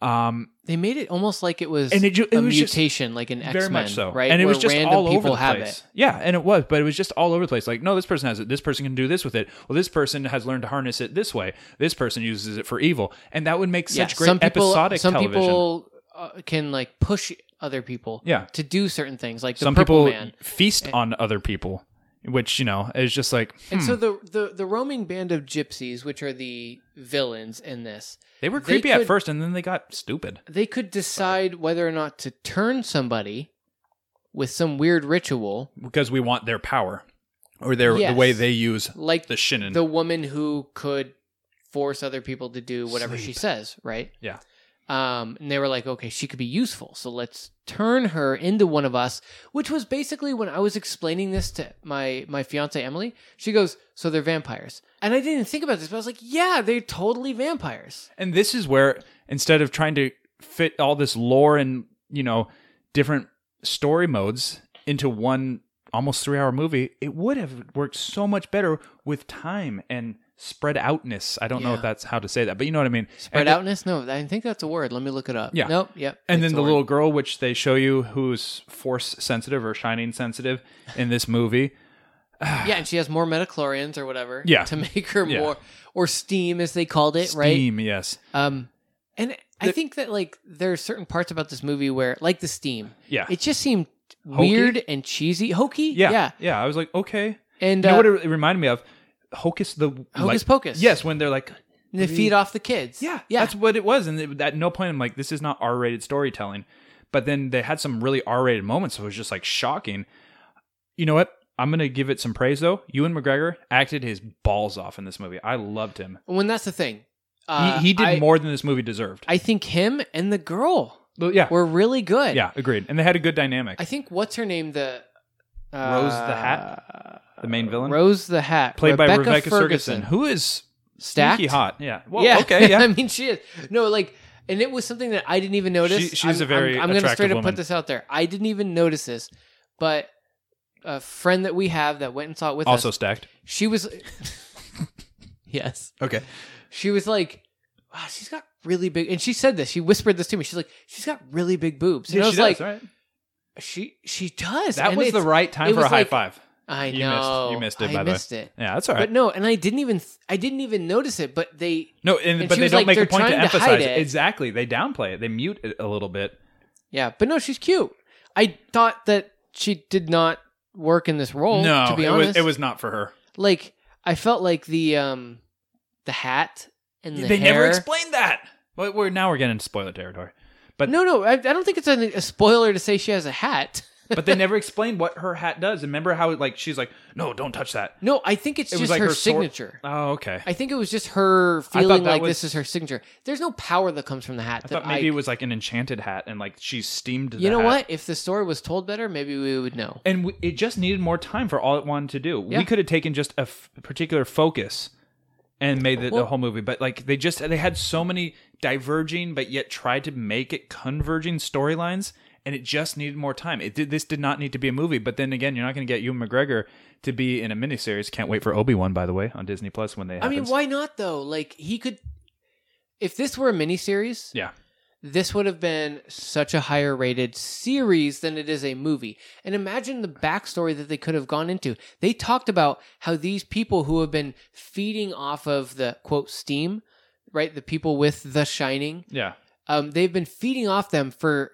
Speaker 2: um
Speaker 1: They made it almost like it was
Speaker 2: And it ju- it
Speaker 1: a
Speaker 2: was just
Speaker 1: mutation, like an X
Speaker 2: very
Speaker 1: Men,
Speaker 2: much so
Speaker 1: right?
Speaker 2: and it
Speaker 1: Where
Speaker 2: was just
Speaker 1: random
Speaker 2: all over
Speaker 1: people
Speaker 2: the
Speaker 1: have
Speaker 2: place
Speaker 1: it.
Speaker 2: yeah and it was but it was just all over the place like no this person has it this person can do this with it well this person has learned to harness it this way this person uses it for evil and that would make
Speaker 1: Yeah,
Speaker 2: such great
Speaker 1: some people,
Speaker 2: episodic
Speaker 1: some
Speaker 2: television
Speaker 1: people uh, can like push other people,
Speaker 2: Yeah.
Speaker 1: to do certain things, like the
Speaker 2: some
Speaker 1: Purple
Speaker 2: people
Speaker 1: Man.
Speaker 2: feast on other people, which you know is just like
Speaker 1: And so the, the the roaming band of gypsies, which are the villains in this,
Speaker 2: they were
Speaker 1: they
Speaker 2: creepy at
Speaker 1: could-
Speaker 2: first, and then they got stupid.
Speaker 1: they could decide whether or not to turn somebody with some weird ritual,
Speaker 2: because we want their power or their
Speaker 1: Yes.
Speaker 2: the way they use
Speaker 1: like
Speaker 2: the shinin.
Speaker 1: the woman who could force other people to do whatever she
Speaker 2: Sleep.
Speaker 1: says, right?
Speaker 2: Yeah.
Speaker 1: Um, and they were like, okay, she could be useful, so let's turn her into one of us. Which was basically when I was explaining this to my my fiance Emily. She goes, "So they're vampires," and I didn't think about this, but I was like, "Yeah, they're totally vampires."
Speaker 2: And this is where instead of trying to fit all this lore and, you know, different story modes into one almost 3-hour movie, it would have worked so much better with time and spread outness. I don't know
Speaker 1: Yeah.
Speaker 2: if that's how to say that, but you know what I mean.
Speaker 1: Spread
Speaker 2: and the-
Speaker 1: outness? No, I think that's a word. Let me look it up.
Speaker 2: Yeah.
Speaker 1: Nope. Yep.
Speaker 2: and
Speaker 1: it's
Speaker 2: then
Speaker 1: a
Speaker 2: the
Speaker 1: word.
Speaker 2: little girl which they show you who's force sensitive or shining sensitive in this movie.
Speaker 1: yeah, and she has more metachlorians or whatever.
Speaker 2: Yeah.
Speaker 1: To [LAUGHS] make her
Speaker 2: Yeah.
Speaker 1: more or steam as they called it, [LAUGHS] right?
Speaker 2: Steam, yes.
Speaker 1: Um, and I
Speaker 2: The-
Speaker 1: think that like there are certain parts about this movie where like the steam,
Speaker 2: Yeah.
Speaker 1: it just seemed
Speaker 2: Hokey?
Speaker 1: weird and cheesy, hokey.
Speaker 2: yeah. Yeah. I was like, okay.
Speaker 1: And
Speaker 2: You know
Speaker 1: uh,
Speaker 2: what it reminded me of? Hocus the
Speaker 1: Hocus
Speaker 2: like-
Speaker 1: Pocus.
Speaker 2: Yes, when they're like
Speaker 1: and they feed off the kids.
Speaker 2: Yeah,
Speaker 1: yeah.
Speaker 2: That's what it was. And it- at no point I'm like, this is not R-rated storytelling. But then they had some really R-rated moments, so it was just like shocking. You know what? I'm gonna give it some praise though. Ewan McGregor acted his balls off in this movie. I loved him.
Speaker 1: when that's the thing, uh,
Speaker 2: he, he did
Speaker 1: I,
Speaker 2: more than this movie deserved.
Speaker 1: I think him and the girl
Speaker 2: Well, yeah,
Speaker 1: were really good.
Speaker 2: yeah, agreed. And they had a good dynamic.
Speaker 1: I think what's her name? The uh,
Speaker 2: Rose the Hat? the main villain,
Speaker 1: Rose the Hat,
Speaker 2: played
Speaker 1: Rebecca
Speaker 2: by Rebecca
Speaker 1: Ferguson,
Speaker 2: Ferguson, who is
Speaker 1: stacked
Speaker 2: sneaky hot. Yeah.
Speaker 1: [LAUGHS]
Speaker 2: Well,
Speaker 1: yeah.
Speaker 2: Okay.
Speaker 1: I
Speaker 2: Yeah.
Speaker 1: mean, she is. No, like, and it was something that I didn't even notice.
Speaker 2: She- she's
Speaker 1: I'm,
Speaker 2: a very
Speaker 1: I'm, I'm gonna
Speaker 2: attractive
Speaker 1: straight up
Speaker 2: woman.
Speaker 1: put this out there. I didn't even notice this, but a friend that we have that went and saw it with
Speaker 2: also
Speaker 1: us.
Speaker 2: stacked.
Speaker 1: She
Speaker 2: [LAUGHS]
Speaker 1: was. yes.
Speaker 2: Okay.
Speaker 1: She was like, wow, she's got really big. And she said this. She whispered this to me. She's like, she's got really big boobs. And I was like,
Speaker 2: right?
Speaker 1: she she does.
Speaker 2: That
Speaker 1: And
Speaker 2: was
Speaker 1: it's-
Speaker 2: the right time
Speaker 1: it
Speaker 2: for a
Speaker 1: was
Speaker 2: high
Speaker 1: like-
Speaker 2: five.
Speaker 1: I
Speaker 2: You missed-
Speaker 1: know.
Speaker 2: you missed it,
Speaker 1: I
Speaker 2: by the way.
Speaker 1: missed it.
Speaker 2: Yeah, that's all right.
Speaker 1: But no, and I didn't even I didn't even notice it. But they
Speaker 2: No, and,
Speaker 1: And
Speaker 2: but
Speaker 1: she
Speaker 2: they
Speaker 1: was
Speaker 2: don't
Speaker 1: like,
Speaker 2: make a
Speaker 1: "They're
Speaker 2: point to
Speaker 1: trying to
Speaker 2: emphasize
Speaker 1: hide it."
Speaker 2: Exactly, they downplay it. They mute it a little bit.
Speaker 1: Yeah, but no, she's cute. I thought that she did not work in this role.
Speaker 2: no,
Speaker 1: to be
Speaker 2: it
Speaker 1: honest,
Speaker 2: was it was not for her.
Speaker 1: like I felt like the um the hat and the
Speaker 2: they
Speaker 1: hair.
Speaker 2: never explained that. But we're now we're getting into spoiler territory. But
Speaker 1: No, no, I, I don't think it's a, a spoiler to say she has a hat.
Speaker 2: but they never explained what her hat does. And remember how like she's like, no, don't touch that.
Speaker 1: No, I think it's
Speaker 2: It was
Speaker 1: just
Speaker 2: like
Speaker 1: her,
Speaker 2: her sword-
Speaker 1: signature.
Speaker 2: Oh, okay.
Speaker 1: I think it was just her
Speaker 2: thought
Speaker 1: feeling
Speaker 2: that
Speaker 1: like
Speaker 2: was-
Speaker 1: this is her signature. There's no power that comes from the hat. that
Speaker 2: I thought maybe
Speaker 1: I,
Speaker 2: it was like an enchanted hat, and like she steamed.
Speaker 1: you
Speaker 2: the
Speaker 1: know
Speaker 2: hat.
Speaker 1: what? If the story was told better, maybe we would know.
Speaker 2: And we, it just needed more time for all it wanted to do.
Speaker 1: Yeah.
Speaker 2: We could have taken just a f- particular focus and made the,
Speaker 1: Well-
Speaker 2: the whole movie, but like they just they had so many diverging, but yet tried to make it converging storylines, and it just needed more time. It did, this did not need to be a movie, but then again, you're not going to get Ewan McGregor to be in a miniseries. Can't wait for Obi Wan, by the way, on Disney Plus when they.
Speaker 1: I mean,
Speaker 2: happens.
Speaker 1: why not though? Like he could, if this were a miniseries,
Speaker 2: Yeah.
Speaker 1: this would have been such a higher rated series than it is a movie. And imagine the backstory that they could have gone into. They talked about how these people who have been feeding off of the quote steam, right? The people with the shining,
Speaker 2: Yeah.
Speaker 1: um, they've been feeding off them for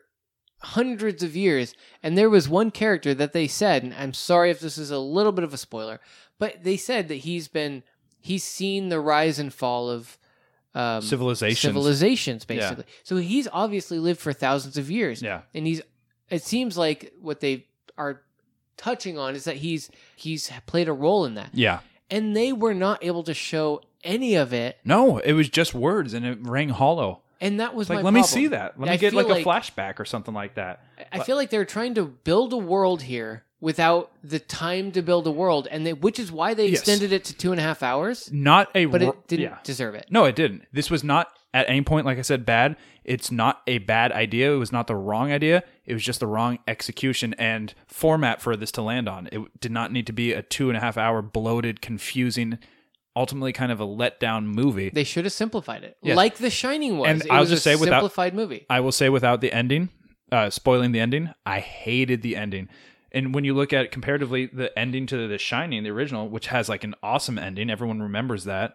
Speaker 1: hundreds of years. And there was one character that they said, and I'm sorry if this is a little bit of a spoiler, but they said that he's been he's seen the rise and fall of um,
Speaker 2: Civilization.
Speaker 1: civilizations
Speaker 2: Yeah.
Speaker 1: basically. So he's obviously lived for thousands of years,
Speaker 2: yeah.
Speaker 1: and he's. It seems like what they are touching on is that he's he's played a role in that,
Speaker 2: Yeah.
Speaker 1: and they were not able to show any of it,
Speaker 2: No, it was just words, and it rang hollow.
Speaker 1: and that was
Speaker 2: Like,
Speaker 1: my
Speaker 2: let me
Speaker 1: problem.
Speaker 2: see that. Let
Speaker 1: I
Speaker 2: me get
Speaker 1: feel
Speaker 2: like,
Speaker 1: like-
Speaker 2: a flashback or something like that.
Speaker 1: I feel like they're trying to build a world here without the time to build a world, and they, which is why they
Speaker 2: Yes.
Speaker 1: extended it to two and a half hours,
Speaker 2: Not a.
Speaker 1: but
Speaker 2: wor-
Speaker 1: it didn't
Speaker 2: yeah.
Speaker 1: deserve it.
Speaker 2: No, it didn't. This was not at any point, like I said, bad. It's not a bad idea. It was not the wrong idea. It was just the wrong execution and format for this to land on. It did not need to be a two and a half hour bloated, confusing, ultimately kind of a letdown movie.
Speaker 1: They should have simplified it,
Speaker 2: Yes.
Speaker 1: like The Shining was.
Speaker 2: And
Speaker 1: it
Speaker 2: I'll
Speaker 1: was
Speaker 2: just
Speaker 1: a
Speaker 2: say without-
Speaker 1: simplified movie.
Speaker 2: I will say without the ending, uh, spoiling the ending, I hated the ending. And when you look at it comparatively, the ending to The Shining, the original, which has like an awesome ending, everyone remembers that.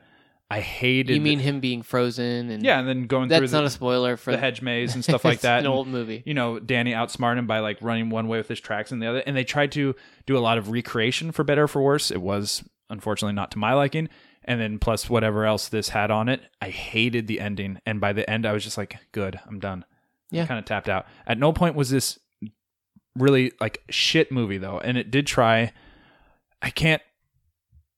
Speaker 2: I hated.
Speaker 1: You mean him being frozen? And
Speaker 2: yeah, and then going through
Speaker 1: that's
Speaker 2: the,
Speaker 1: not a spoiler for [LAUGHS]
Speaker 2: the hedge maze and stuff like
Speaker 1: It's
Speaker 2: that.
Speaker 1: An
Speaker 2: and-
Speaker 1: old movie.
Speaker 2: you know, Danny outsmarted him by like running one way with his tracks and the other. And they tried to do a lot of recreation for better or for worse. It was unfortunately not to my liking. And then plus whatever else this had on it, I hated the ending. And by the end, I was just like, good, I'm done.
Speaker 1: Yeah.
Speaker 2: Kind of tapped out. At no point was this really like shit movie though. And it did try. I can't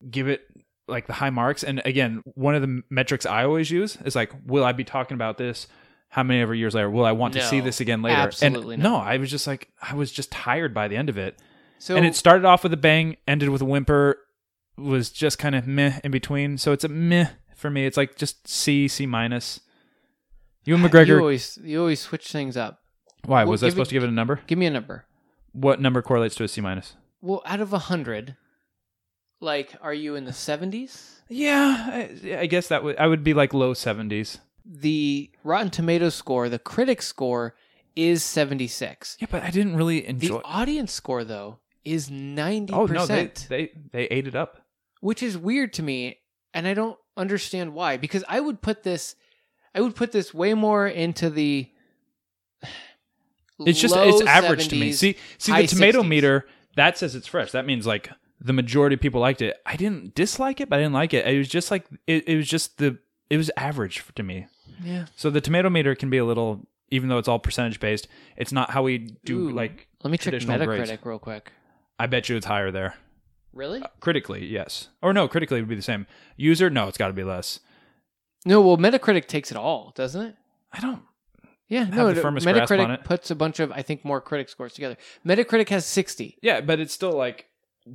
Speaker 2: give it like the high marks. And again, one of the metrics I always use is like, will I be talking about this? How many ever years later? Will I want to
Speaker 3: No,
Speaker 2: see this again later?
Speaker 3: absolutely
Speaker 2: and
Speaker 3: not.
Speaker 2: no, I was just like, I was just tired by the end of it.
Speaker 1: So
Speaker 2: and it started off with a bang, ended with a whimper, was just kind of meh in between. So it's a meh for me. It's like just C, C minus. Ewan
Speaker 1: You
Speaker 2: McGregor.
Speaker 1: always you always switch things up.
Speaker 2: why was
Speaker 1: Well,
Speaker 2: I
Speaker 1: give
Speaker 2: supposed
Speaker 1: it-
Speaker 2: to give it a number?
Speaker 1: Give me a number.
Speaker 2: What number correlates to a C minus?
Speaker 1: Well, out of a hundred, like, are you in the seventies?
Speaker 2: Yeah, I, I guess that would I would be like low seventies.
Speaker 1: The Rotten Tomatoes score, the critic score, is seventy six.
Speaker 2: Yeah, but I didn't really
Speaker 1: The
Speaker 2: enjoy.
Speaker 1: audience score, though, is ninety
Speaker 2: oh no, they,
Speaker 1: percent,
Speaker 2: they they ate it up.
Speaker 1: which is weird to me, and I don't understand why. Because I would put this, I would put this way more into the. [SIGHS]
Speaker 2: It's just
Speaker 1: low
Speaker 2: it's average to me.
Speaker 1: 70s.
Speaker 2: See see
Speaker 1: high
Speaker 2: the tomato
Speaker 1: 60s.
Speaker 2: meter that says it's fresh. That means like the majority of people liked it. I didn't dislike it, but I didn't like it. It was just like it, it was just the it was average to me.
Speaker 1: yeah.
Speaker 2: So the tomato meter can be a little even though it's all percentage based, it's not how we do
Speaker 1: Ooh.
Speaker 2: like
Speaker 1: Let me check
Speaker 2: traditional
Speaker 1: Metacritic
Speaker 2: grades.
Speaker 1: real quick. Uh,
Speaker 2: I bet you it's higher there.
Speaker 1: Really?
Speaker 2: Critically, yes. Or no, critically it would be the same. User, no, it's gotta be less.
Speaker 1: No, well, Metacritic takes it all, doesn't it?
Speaker 2: I don't
Speaker 1: Yeah,
Speaker 2: have
Speaker 1: no.
Speaker 2: the
Speaker 1: it-
Speaker 2: firmest grasp on
Speaker 1: Metacritic
Speaker 2: it.
Speaker 1: puts a bunch of, I think, more critic scores together. Metacritic has sixty,
Speaker 2: Yeah, but it's still like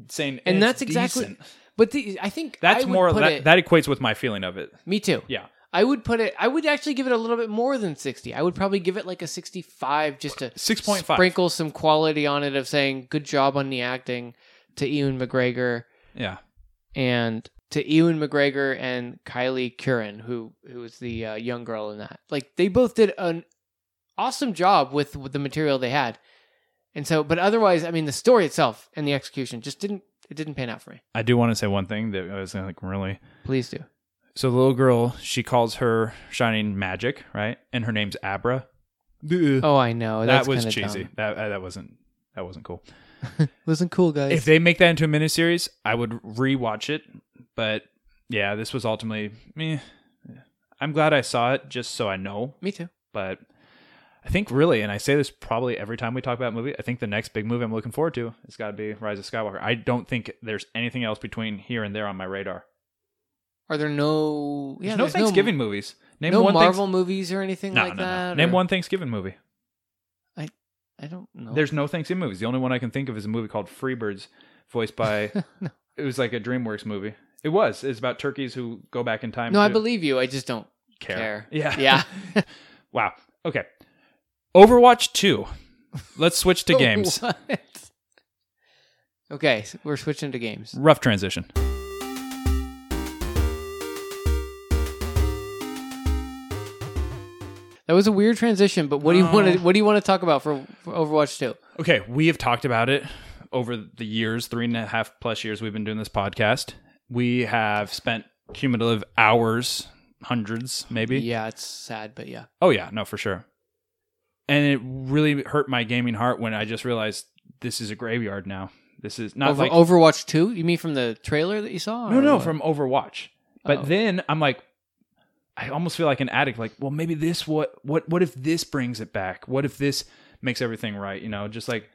Speaker 2: saying
Speaker 1: and
Speaker 2: it's
Speaker 1: that's exactly.
Speaker 2: decent.
Speaker 1: But the, I think
Speaker 2: that's
Speaker 1: I would
Speaker 2: more
Speaker 1: put
Speaker 2: that,
Speaker 1: it,
Speaker 2: that equates with my feeling of it.
Speaker 1: Me too.
Speaker 2: Yeah.
Speaker 1: I would put it. I would actually give it a little bit more than sixty. I would probably give it like a sixty-five, just to
Speaker 2: 6.5.
Speaker 1: sprinkle some quality on it of saying good job on the acting to Ewan McGregor
Speaker 2: Yeah.
Speaker 1: and to Ewan McGregor and Kylie Curran, who who was the uh, young girl in that. Like they both did an awesome job with, with the material they had, and so. But otherwise, I mean, the story itself and the execution just didn't it didn't pan out for me.
Speaker 2: I do want to say one thing that I was like really.
Speaker 1: Please
Speaker 2: [LAUGHS]
Speaker 1: do.
Speaker 2: So the little girl, she calls her shining magic, right? And her name's Abra.
Speaker 1: Oh, I know
Speaker 2: that
Speaker 1: that's
Speaker 2: was
Speaker 1: kinda
Speaker 2: cheesy.
Speaker 1: dumb.
Speaker 2: That that wasn't that wasn't cool.
Speaker 1: Wasn't cool, guys.
Speaker 2: If they make that into a miniseries, I would rewatch it. But yeah, this was ultimately meh. I'm glad I saw it just so I know.
Speaker 1: me too.
Speaker 2: But I think really, and I say this probably every time we talk about a movie, I think the next big movie I'm looking forward to has got to be Rise of Skywalker. I don't think there's anything else between here and there on my radar.
Speaker 1: Are there no yeah?
Speaker 2: there's no
Speaker 1: there's
Speaker 2: Thanksgiving movies. Name
Speaker 1: no
Speaker 2: one Thanks-
Speaker 1: Marvel movies or anything
Speaker 2: no,
Speaker 1: like
Speaker 2: no, no.
Speaker 1: that.
Speaker 2: Name
Speaker 1: or- Oh.
Speaker 2: one Thanksgiving movie.
Speaker 1: I don't know.
Speaker 2: There's no Thanksgiving movies. The only one I can think of is a movie called Freebirds,
Speaker 1: [LAUGHS]
Speaker 2: voiced by. It was like a DreamWorks movie. It was. It's about turkeys who go back in time.
Speaker 1: no. I
Speaker 2: to
Speaker 1: believe you. I just don't
Speaker 2: care.
Speaker 1: care.
Speaker 2: Yeah.
Speaker 1: Yeah.
Speaker 2: [LAUGHS] wow. Okay. Overwatch two. Let's switch to games.
Speaker 1: [LAUGHS] What? Okay, so we're switching to games.
Speaker 2: Rough transition.
Speaker 1: That was a weird transition, but what do you
Speaker 2: No.
Speaker 1: want to what do you want to talk about for, for Overwatch 2?
Speaker 2: Okay, we have talked about it over the years, three and a half plus years we've been doing this podcast. We have spent cumulative hours, hundreds maybe.
Speaker 1: Yeah, it's sad, but yeah.
Speaker 2: Oh yeah, no, for sure. And it really hurt my gaming heart when I just realized this is a graveyard now. This is not
Speaker 1: Over,
Speaker 2: like
Speaker 1: Overwatch 2? You mean from the trailer that you saw?
Speaker 2: no,
Speaker 1: or
Speaker 2: no,
Speaker 1: what?
Speaker 2: from Overwatch. But
Speaker 1: Oh.
Speaker 2: then I'm like, I almost feel like an addict. Like, well, maybe this what what what if this brings it back? What if this makes everything right? You know, just like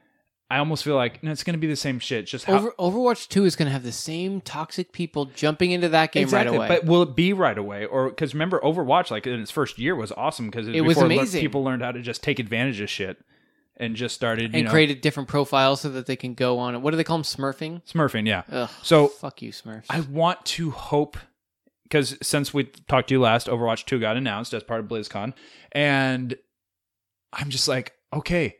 Speaker 2: I almost feel like no, it's gonna be the same shit. Just how,
Speaker 1: Over, Overwatch 2 is going to have the same toxic people jumping into that game
Speaker 2: Exactly,
Speaker 1: right away.
Speaker 2: But will it be right away? Or because remember, Overwatch, like in its first year, was awesome because
Speaker 1: It was
Speaker 2: before lear-
Speaker 1: amazing.
Speaker 2: people learned how to just take advantage of shit and just started you
Speaker 1: and
Speaker 2: know,
Speaker 1: created different profiles so that they can go on. What do they call them? Smurfing?
Speaker 2: smurfing. Yeah.
Speaker 1: Ugh.
Speaker 2: So-
Speaker 1: fuck you, Smurfs.
Speaker 2: I want to hope because since we talked to you last, Overwatch 2 got announced as part of BlizzCon. And I'm just like, okay,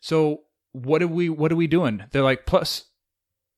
Speaker 2: so what are we what are we doing? They're like, plus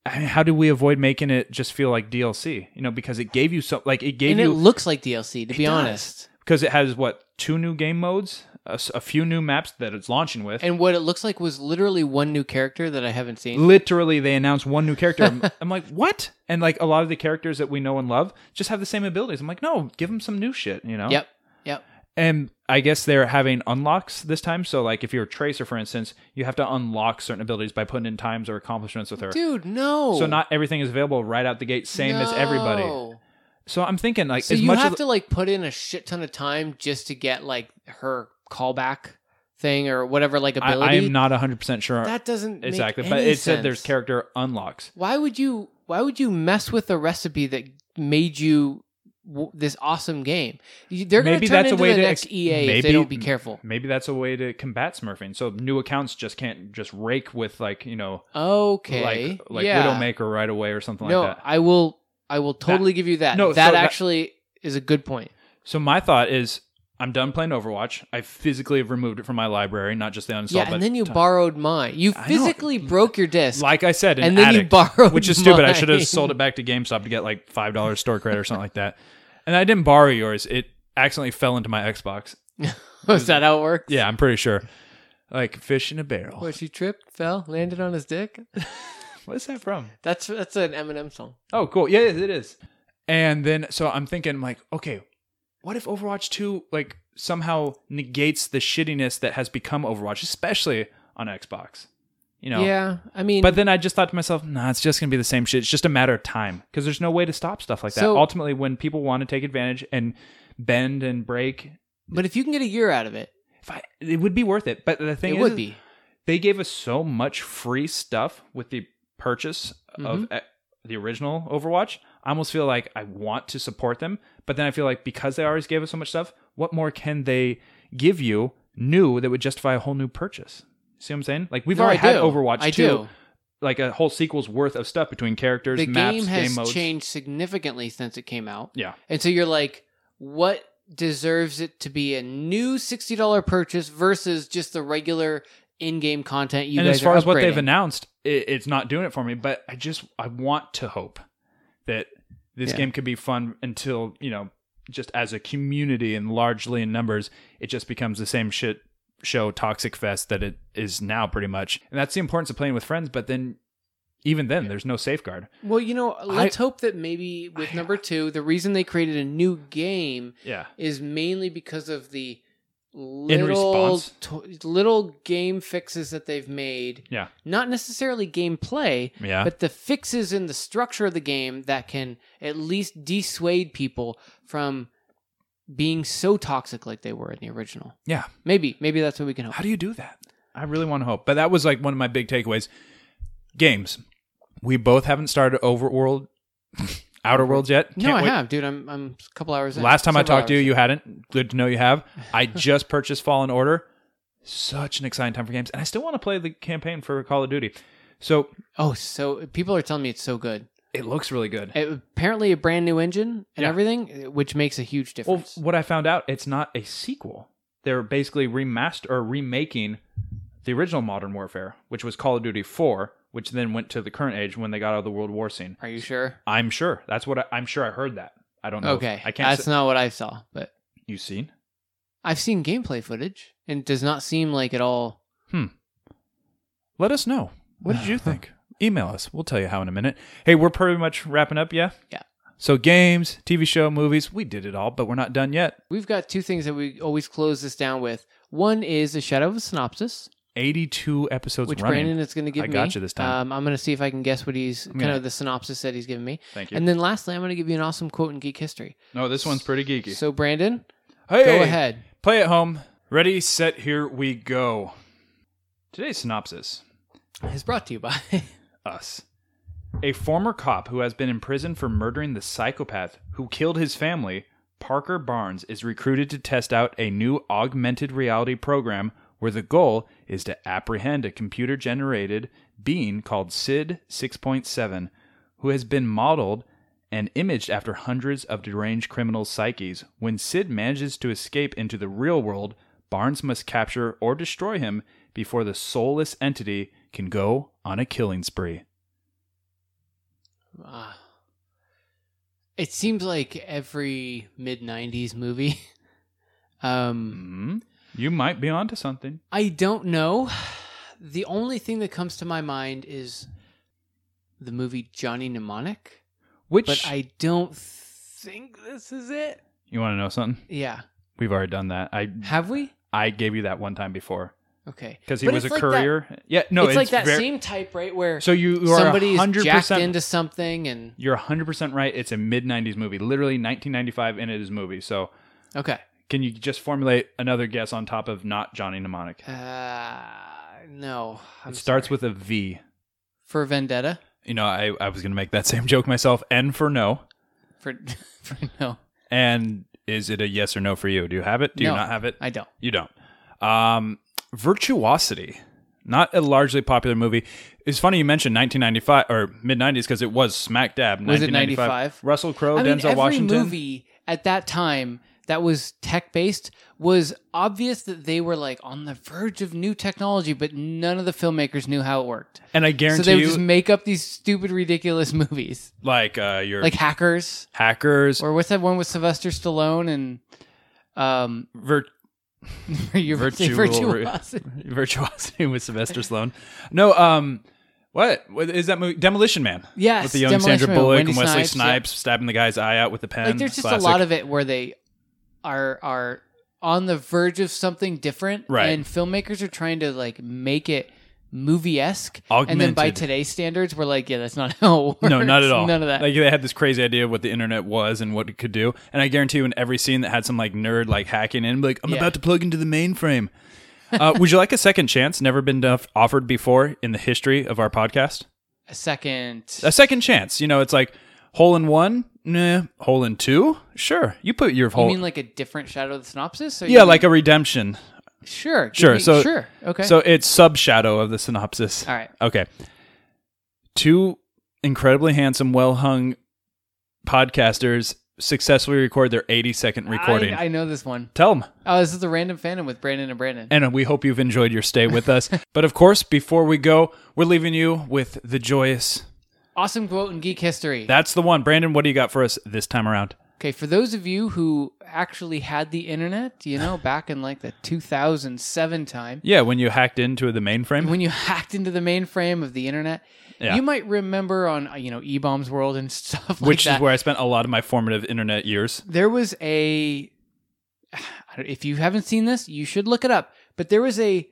Speaker 2: I mean, how do we avoid making it just feel like DLC? You know, because it gave you so like it gave
Speaker 1: and it
Speaker 2: you
Speaker 1: looks like DLC, to be
Speaker 2: does.
Speaker 1: honest.
Speaker 2: because it has what two new game modes, a, s- a few new maps that it's launching with.
Speaker 1: And what it looks like was literally one new character that I haven't seen.
Speaker 2: Literally, they announced one new
Speaker 1: [LAUGHS]
Speaker 2: character. I'm, I'm like, what? And like a lot of the characters that we know and love just have the same abilities. I'm like, no, give them some new shit, you know?
Speaker 1: Yep. Yep.
Speaker 2: And I guess they're having unlocks this time. So like, if you're a tracer, for instance, you have to unlock certain abilities by putting in times or accomplishments with her.
Speaker 1: Dude, no.
Speaker 2: So not everything is available right out the gate, same as everybody.
Speaker 1: No.
Speaker 2: So I'm thinking like
Speaker 1: So
Speaker 2: as
Speaker 1: you
Speaker 2: much
Speaker 1: have
Speaker 2: as
Speaker 1: to like put in a shit ton of time just to get like her callback thing or whatever like
Speaker 2: I,
Speaker 1: ability.
Speaker 2: I am not 100 percent sure
Speaker 1: that doesn't
Speaker 2: exactly,
Speaker 1: make
Speaker 2: but
Speaker 1: any
Speaker 2: it said
Speaker 1: sense.
Speaker 2: there's character unlocks.
Speaker 1: Why would you? Why would you mess with a recipe that made you w- this awesome game. You- They're going
Speaker 2: Maybe
Speaker 1: to turn
Speaker 2: that's a
Speaker 1: into
Speaker 2: way
Speaker 1: the
Speaker 2: to
Speaker 1: next
Speaker 2: ex-
Speaker 1: EA if
Speaker 2: maybe-
Speaker 1: they don't be careful.
Speaker 2: Maybe that's a way to combat smurfing. So new accounts just can't just rake with like you know
Speaker 1: Okay,
Speaker 2: like like
Speaker 1: yeah.
Speaker 2: Widowmaker right away or something
Speaker 1: no,
Speaker 2: like that.
Speaker 1: I will. I will totally give you that.
Speaker 2: No,
Speaker 1: that
Speaker 2: so that-
Speaker 1: actually is a good point.
Speaker 2: So my thought is, I'm done playing Overwatch. I physically have removed it from my library, not just the uninstall.
Speaker 1: yeah,
Speaker 2: but
Speaker 1: and then you
Speaker 2: ton-
Speaker 1: borrowed mine. You
Speaker 2: know.
Speaker 1: physically broke your disc,
Speaker 2: like I said, an
Speaker 1: and then you
Speaker 2: addict,
Speaker 1: borrowed,
Speaker 2: which is stupid. I
Speaker 1: mine.
Speaker 2: should have
Speaker 1: [LAUGHS]
Speaker 2: sold it back to GameStop to get like five dollars store credit or something like that. And I didn't borrow yours. It accidentally fell into my Xbox.
Speaker 1: is that how it works?
Speaker 2: Yeah, I'm pretty sure. Like fish in a barrel.
Speaker 1: What? She tripped, fell, landed on his dick.
Speaker 2: What's that from?
Speaker 1: That's that's an Eminem song.
Speaker 2: Oh, cool. Yeah, it is. And then so I'm thinking like, okay, what if Overwatch 2 like somehow negates the shittiness that has become Overwatch, especially on Xbox. You know.
Speaker 1: Yeah, I mean,
Speaker 2: But then I just thought to myself, nah, it's just gonna be the same shit. It's just a matter of time because there's no way to stop stuff like that.
Speaker 1: So-
Speaker 2: Ultimately, when people want to take advantage and bend and break,
Speaker 1: but if you can get a year out of it,
Speaker 2: if I, it would be worth it. But the thing
Speaker 1: it
Speaker 2: is,
Speaker 1: would be.
Speaker 2: they gave us so much free stuff with the purchase of
Speaker 1: Mm-hmm.
Speaker 2: eh, the original Overwatch. I almost feel like I want to support them, but then I feel like because they always gave us so much stuff, what more can they give you new that would justify a whole new purchase? See what I'm saying? Like we've
Speaker 1: No,
Speaker 2: already
Speaker 1: I
Speaker 2: had
Speaker 1: do.
Speaker 2: Overwatch
Speaker 1: I
Speaker 2: 2,
Speaker 1: do.
Speaker 2: like a whole sequel's worth of stuff between characters,
Speaker 1: The
Speaker 2: maps,
Speaker 1: game has
Speaker 2: modes.
Speaker 1: changed significantly since it came out.
Speaker 2: Yeah.
Speaker 1: And so you're like, what deserves it to be a new $60 purchase versus just the regular in game content you
Speaker 2: and
Speaker 1: guys
Speaker 2: as far
Speaker 1: are
Speaker 2: as what they've
Speaker 1: upgrading?
Speaker 2: announced, it, it's not doing it for me. But I just I want to hope that this
Speaker 1: Yeah.
Speaker 2: game could be fun until you know, just as a community and largely in numbers, it just becomes the same shit show toxic fest that it is now pretty much. And that's the importance of playing with friends. But then, even then, there's no safeguard.
Speaker 1: Well, you know, let's hope that maybe with
Speaker 2: I-
Speaker 1: number two, the reason they created a new game
Speaker 2: Yeah,
Speaker 1: is mainly because of the little
Speaker 2: response?
Speaker 1: t- little game fixes that they've made.
Speaker 2: Yeah.
Speaker 1: Not necessarily gameplay,
Speaker 2: yeah.
Speaker 1: but the fixes in the structure of the game that can at least dissuade people from being so toxic like they were in the original.
Speaker 2: Yeah.
Speaker 1: Maybe, maybe that's what we can hope.
Speaker 2: How do you do that? I really want to hope. But that was like one of my big takeaways. Games. We both haven't started Overworld, [LAUGHS] Outer Worlds yet. Can't
Speaker 1: no, I
Speaker 2: wait
Speaker 1: have, dude. I'm I'm a couple hours in.
Speaker 2: Last time I
Speaker 1: Several
Speaker 2: talked to you,
Speaker 1: hours
Speaker 2: you hadn't. Good to know you [LAUGHS] have. I just purchased Fallen Order. Such an exciting time for games, and I still want to play the campaign for Call of Duty. So
Speaker 1: in. Oh, so people are telling me it's so good.
Speaker 2: it looks really good.
Speaker 1: It- apparently a brand new engine and
Speaker 2: Yeah.
Speaker 1: everything, eh, which makes a huge
Speaker 2: Well,
Speaker 1: difference.
Speaker 2: what I found out, it's not a sequel. They're basically remaster or remaking the original Modern Warfare, which was Call of Duty 4, which then went to the current age when they got out of the World War scene.
Speaker 1: are you sure?
Speaker 2: I'm sure. That's what I, I'm sure. I heard that. I don't know. if-
Speaker 1: Okay,
Speaker 2: I can't.
Speaker 1: that's
Speaker 2: Say,
Speaker 1: not what I saw, but
Speaker 2: you seen?
Speaker 1: I've seen gameplay footage and it does not seem like at all.
Speaker 2: Let us know. What [SIGHS] did you think? Email us. We'll tell you how in a minute. Hey, we're pretty much wrapping up, yeah?
Speaker 1: Yeah.
Speaker 2: So games, TV show, movies, we did it all, but we're not done yet.
Speaker 1: We've got two things that we always close this down with. One is a shadow of a synopsis,
Speaker 2: 82 episodes
Speaker 1: which
Speaker 2: running.
Speaker 1: Brandon is going to give
Speaker 2: I
Speaker 1: me.
Speaker 2: got you this time.
Speaker 1: Um, I'm going to see if I can guess what he's kind
Speaker 2: gonna-
Speaker 1: of the synopsis that he's giving me.
Speaker 2: Thank you.
Speaker 1: And then lastly, I'm going to give you an awesome quote in geek history.
Speaker 2: no, this one's pretty geeky.
Speaker 1: So Brandon,
Speaker 2: hey,
Speaker 1: go ahead.
Speaker 2: Play at home. Ready, set, here we go. Today's synopsis.
Speaker 1: It's brought to you by. [LAUGHS]
Speaker 2: us. A former cop who has been in prison for murdering the psychopath who killed his family, Parker Barnes, is recruited to test out a new augmented reality program where the goal is to apprehend a computer generated being called SID 6.7, who has been modeled and imaged after hundreds of deranged criminals' psyches. When Sid manages to escape into the real world, Barnes must capture or destroy him before the soulless entity can go on a killing spree.
Speaker 1: Ah. it seems like every mid '90s movie. [LAUGHS] um.
Speaker 2: hmm You might be onto something.
Speaker 1: I don't know. The only thing that comes to my mind is the movie Johnny Mnemonic,
Speaker 2: Which
Speaker 1: but I don't think this is it.
Speaker 2: you want to know something?
Speaker 1: Yeah.
Speaker 2: We've already done that. I
Speaker 1: Have we?
Speaker 2: I gave you that one time before
Speaker 1: Okay.
Speaker 2: because he
Speaker 1: But
Speaker 2: was a
Speaker 1: it's like that-
Speaker 2: courier. yeah, no,
Speaker 1: it's,
Speaker 2: it's,
Speaker 1: like that
Speaker 2: ver-
Speaker 1: same type, right? Where
Speaker 2: So you you are
Speaker 1: somebody is
Speaker 2: hundred
Speaker 1: jacked
Speaker 2: percent.
Speaker 1: into something, and
Speaker 2: You're hundred percent right. It's a mid '90s movie, literally 1995, and it is a movie. So
Speaker 1: okay,
Speaker 2: Can you just formulate another guess on top of not Johnny Mnemonic?
Speaker 1: uh, no, I'm
Speaker 2: it starts
Speaker 1: sorry.
Speaker 2: with a V.
Speaker 1: for Vendetta.
Speaker 2: [LAUGHS] You know, I, I was going to make that same joke myself. N for no.
Speaker 1: for, [LAUGHS] for no,
Speaker 2: And is it a yes or no for you? Do you have it? Do you
Speaker 1: No.
Speaker 2: not have it?
Speaker 1: I don't.
Speaker 2: You don't. Um, Virtuosity, not a largely popular movie. It's funny you mentioned 1995 or mid 90s because it was smack dab.
Speaker 1: Was it
Speaker 2: 1995.
Speaker 1: 95?
Speaker 2: Russell Crowe,
Speaker 1: I mean,
Speaker 2: Denzel
Speaker 1: every
Speaker 2: Washington.
Speaker 1: movie at that time that was tech based was obvious that they were like on the verge of new technology, but none of the filmmakers knew how it worked.
Speaker 2: And I
Speaker 1: So
Speaker 2: guarantee
Speaker 1: they would
Speaker 2: you,
Speaker 1: just make up these stupid, ridiculous [LAUGHS] movies,
Speaker 2: like uh, your
Speaker 1: like hackers,
Speaker 2: hackers,
Speaker 1: or what's that one with Sylvester Stallone and um, [LAUGHS]
Speaker 2: vir-
Speaker 1: you were saying
Speaker 2: Virtual- [LAUGHS]
Speaker 1: virtuosity.
Speaker 2: Virtuosity with Sylvester Stallone. No, um, what What is that movie? Demolition Man.
Speaker 1: [LAUGHS] Yes,
Speaker 2: with the young
Speaker 1: Demolition
Speaker 2: Sandra
Speaker 1: Man,
Speaker 2: Bullock
Speaker 1: Wendy
Speaker 2: and Wesley
Speaker 1: Snipes,
Speaker 2: Snipes,
Speaker 1: yeah.
Speaker 2: stabbing the guy's eye out with a pen.
Speaker 1: Like there's just
Speaker 2: Classic.
Speaker 1: a lot of it where they are are on the verge of something different,
Speaker 2: Right.
Speaker 1: And filmmakers are trying to like make it movie esque, and then by
Speaker 2: Augmented.
Speaker 1: today's standards, we're like, yeah, that's not how. It works.
Speaker 2: No, not at all.
Speaker 1: None of that.
Speaker 2: Like they had this crazy idea of what the internet was and what it could do, and I guarantee you, in every scene that had some like nerd like hacking in, be like I'm
Speaker 1: Yeah.
Speaker 2: about to plug into the mainframe. uh, would you like a second chance? Never been duff- offered before in the history of our podcast.
Speaker 1: a second.
Speaker 2: A second chance. You know, it's like hole in one, nah. Hole in two, sure. You put your
Speaker 1: you
Speaker 2: hole.
Speaker 1: mean like a different Shadow of the Synopsis? Or you
Speaker 2: yeah,
Speaker 1: mean-
Speaker 2: like a redemption.
Speaker 1: sure, give
Speaker 2: Sure,
Speaker 1: me-
Speaker 2: so-
Speaker 1: sure, okay.
Speaker 2: So it's sub shadow of the synopsis.
Speaker 1: all right,
Speaker 2: Okay. Two incredibly handsome, well hung podcasters successfully record their 80 second recording.
Speaker 1: I, I know this one.
Speaker 2: Tell them.
Speaker 1: Oh, this is the random fandom with Brandon and Brandon.
Speaker 2: And we hope you've enjoyed your stay
Speaker 1: [LAUGHS]
Speaker 2: with us. but of course, before we go, we're leaving you with the joyous.
Speaker 1: awesome quote in geek history.
Speaker 2: That's the one. Brandon, what do you got for us this time around?
Speaker 1: Okay, for those of you who actually had the internet, you
Speaker 2: [LAUGHS]
Speaker 1: know, back in like the 2007 time,
Speaker 2: Yeah, when you hacked into the mainframe.
Speaker 1: when you hacked into the mainframe of the internet,
Speaker 2: Yeah.
Speaker 1: you might remember on, uh, you know, E-Bombs World and [LAUGHS] stuff like
Speaker 2: which
Speaker 1: that.
Speaker 2: is where I spent a lot of my formative internet years.
Speaker 1: there was a [SIGHS] I don't- if you haven't seen this, you should look it up, but there was a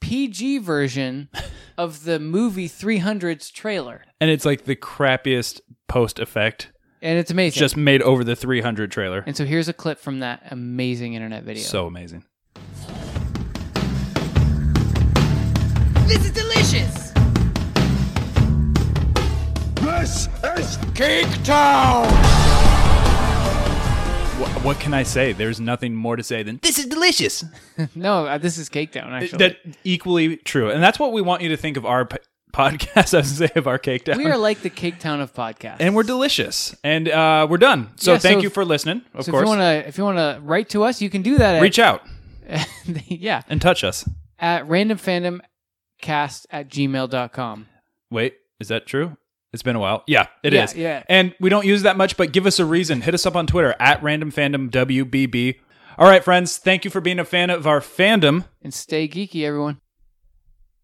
Speaker 1: PG
Speaker 2: [LAUGHS]
Speaker 1: version of the movie 300's trailer.
Speaker 2: And it's like the crappiest post effect,
Speaker 1: And it's amazing.
Speaker 2: just made over the 300 trailer.
Speaker 1: and so here's a clip from that amazing internet video.
Speaker 2: So amazing.
Speaker 4: This is delicious.
Speaker 5: This is Geek Town!
Speaker 2: What, what can I say? There's nothing more to say than this is delicious.
Speaker 1: no, uh, this is Cake Down actually.
Speaker 2: That equally true, and that's what we want you to think of our p- podcast. [LAUGHS] I was gonna say of our cake down,
Speaker 1: we are like the Cake Town of podcasts.
Speaker 2: and we're delicious, and uh, we're done. So
Speaker 1: Yeah,
Speaker 2: thank
Speaker 1: so-
Speaker 2: you for listening. Of
Speaker 1: So if
Speaker 2: course,
Speaker 1: you want to, if you want to write to us, you can do that. At, [LAUGHS]
Speaker 2: reach out
Speaker 1: yeah,
Speaker 2: and touch us.
Speaker 1: at randomfandomcast at gmail.com.
Speaker 2: Wait, is that true? It's been a while. Yeah, it is.
Speaker 1: Yeah, yeah.
Speaker 2: And we don't use that much, but give us a reason. Hit us up on Twitter at random fandom WBB. All right, friends, thank you for being a fan of our fandom.
Speaker 1: And stay geeky, everyone.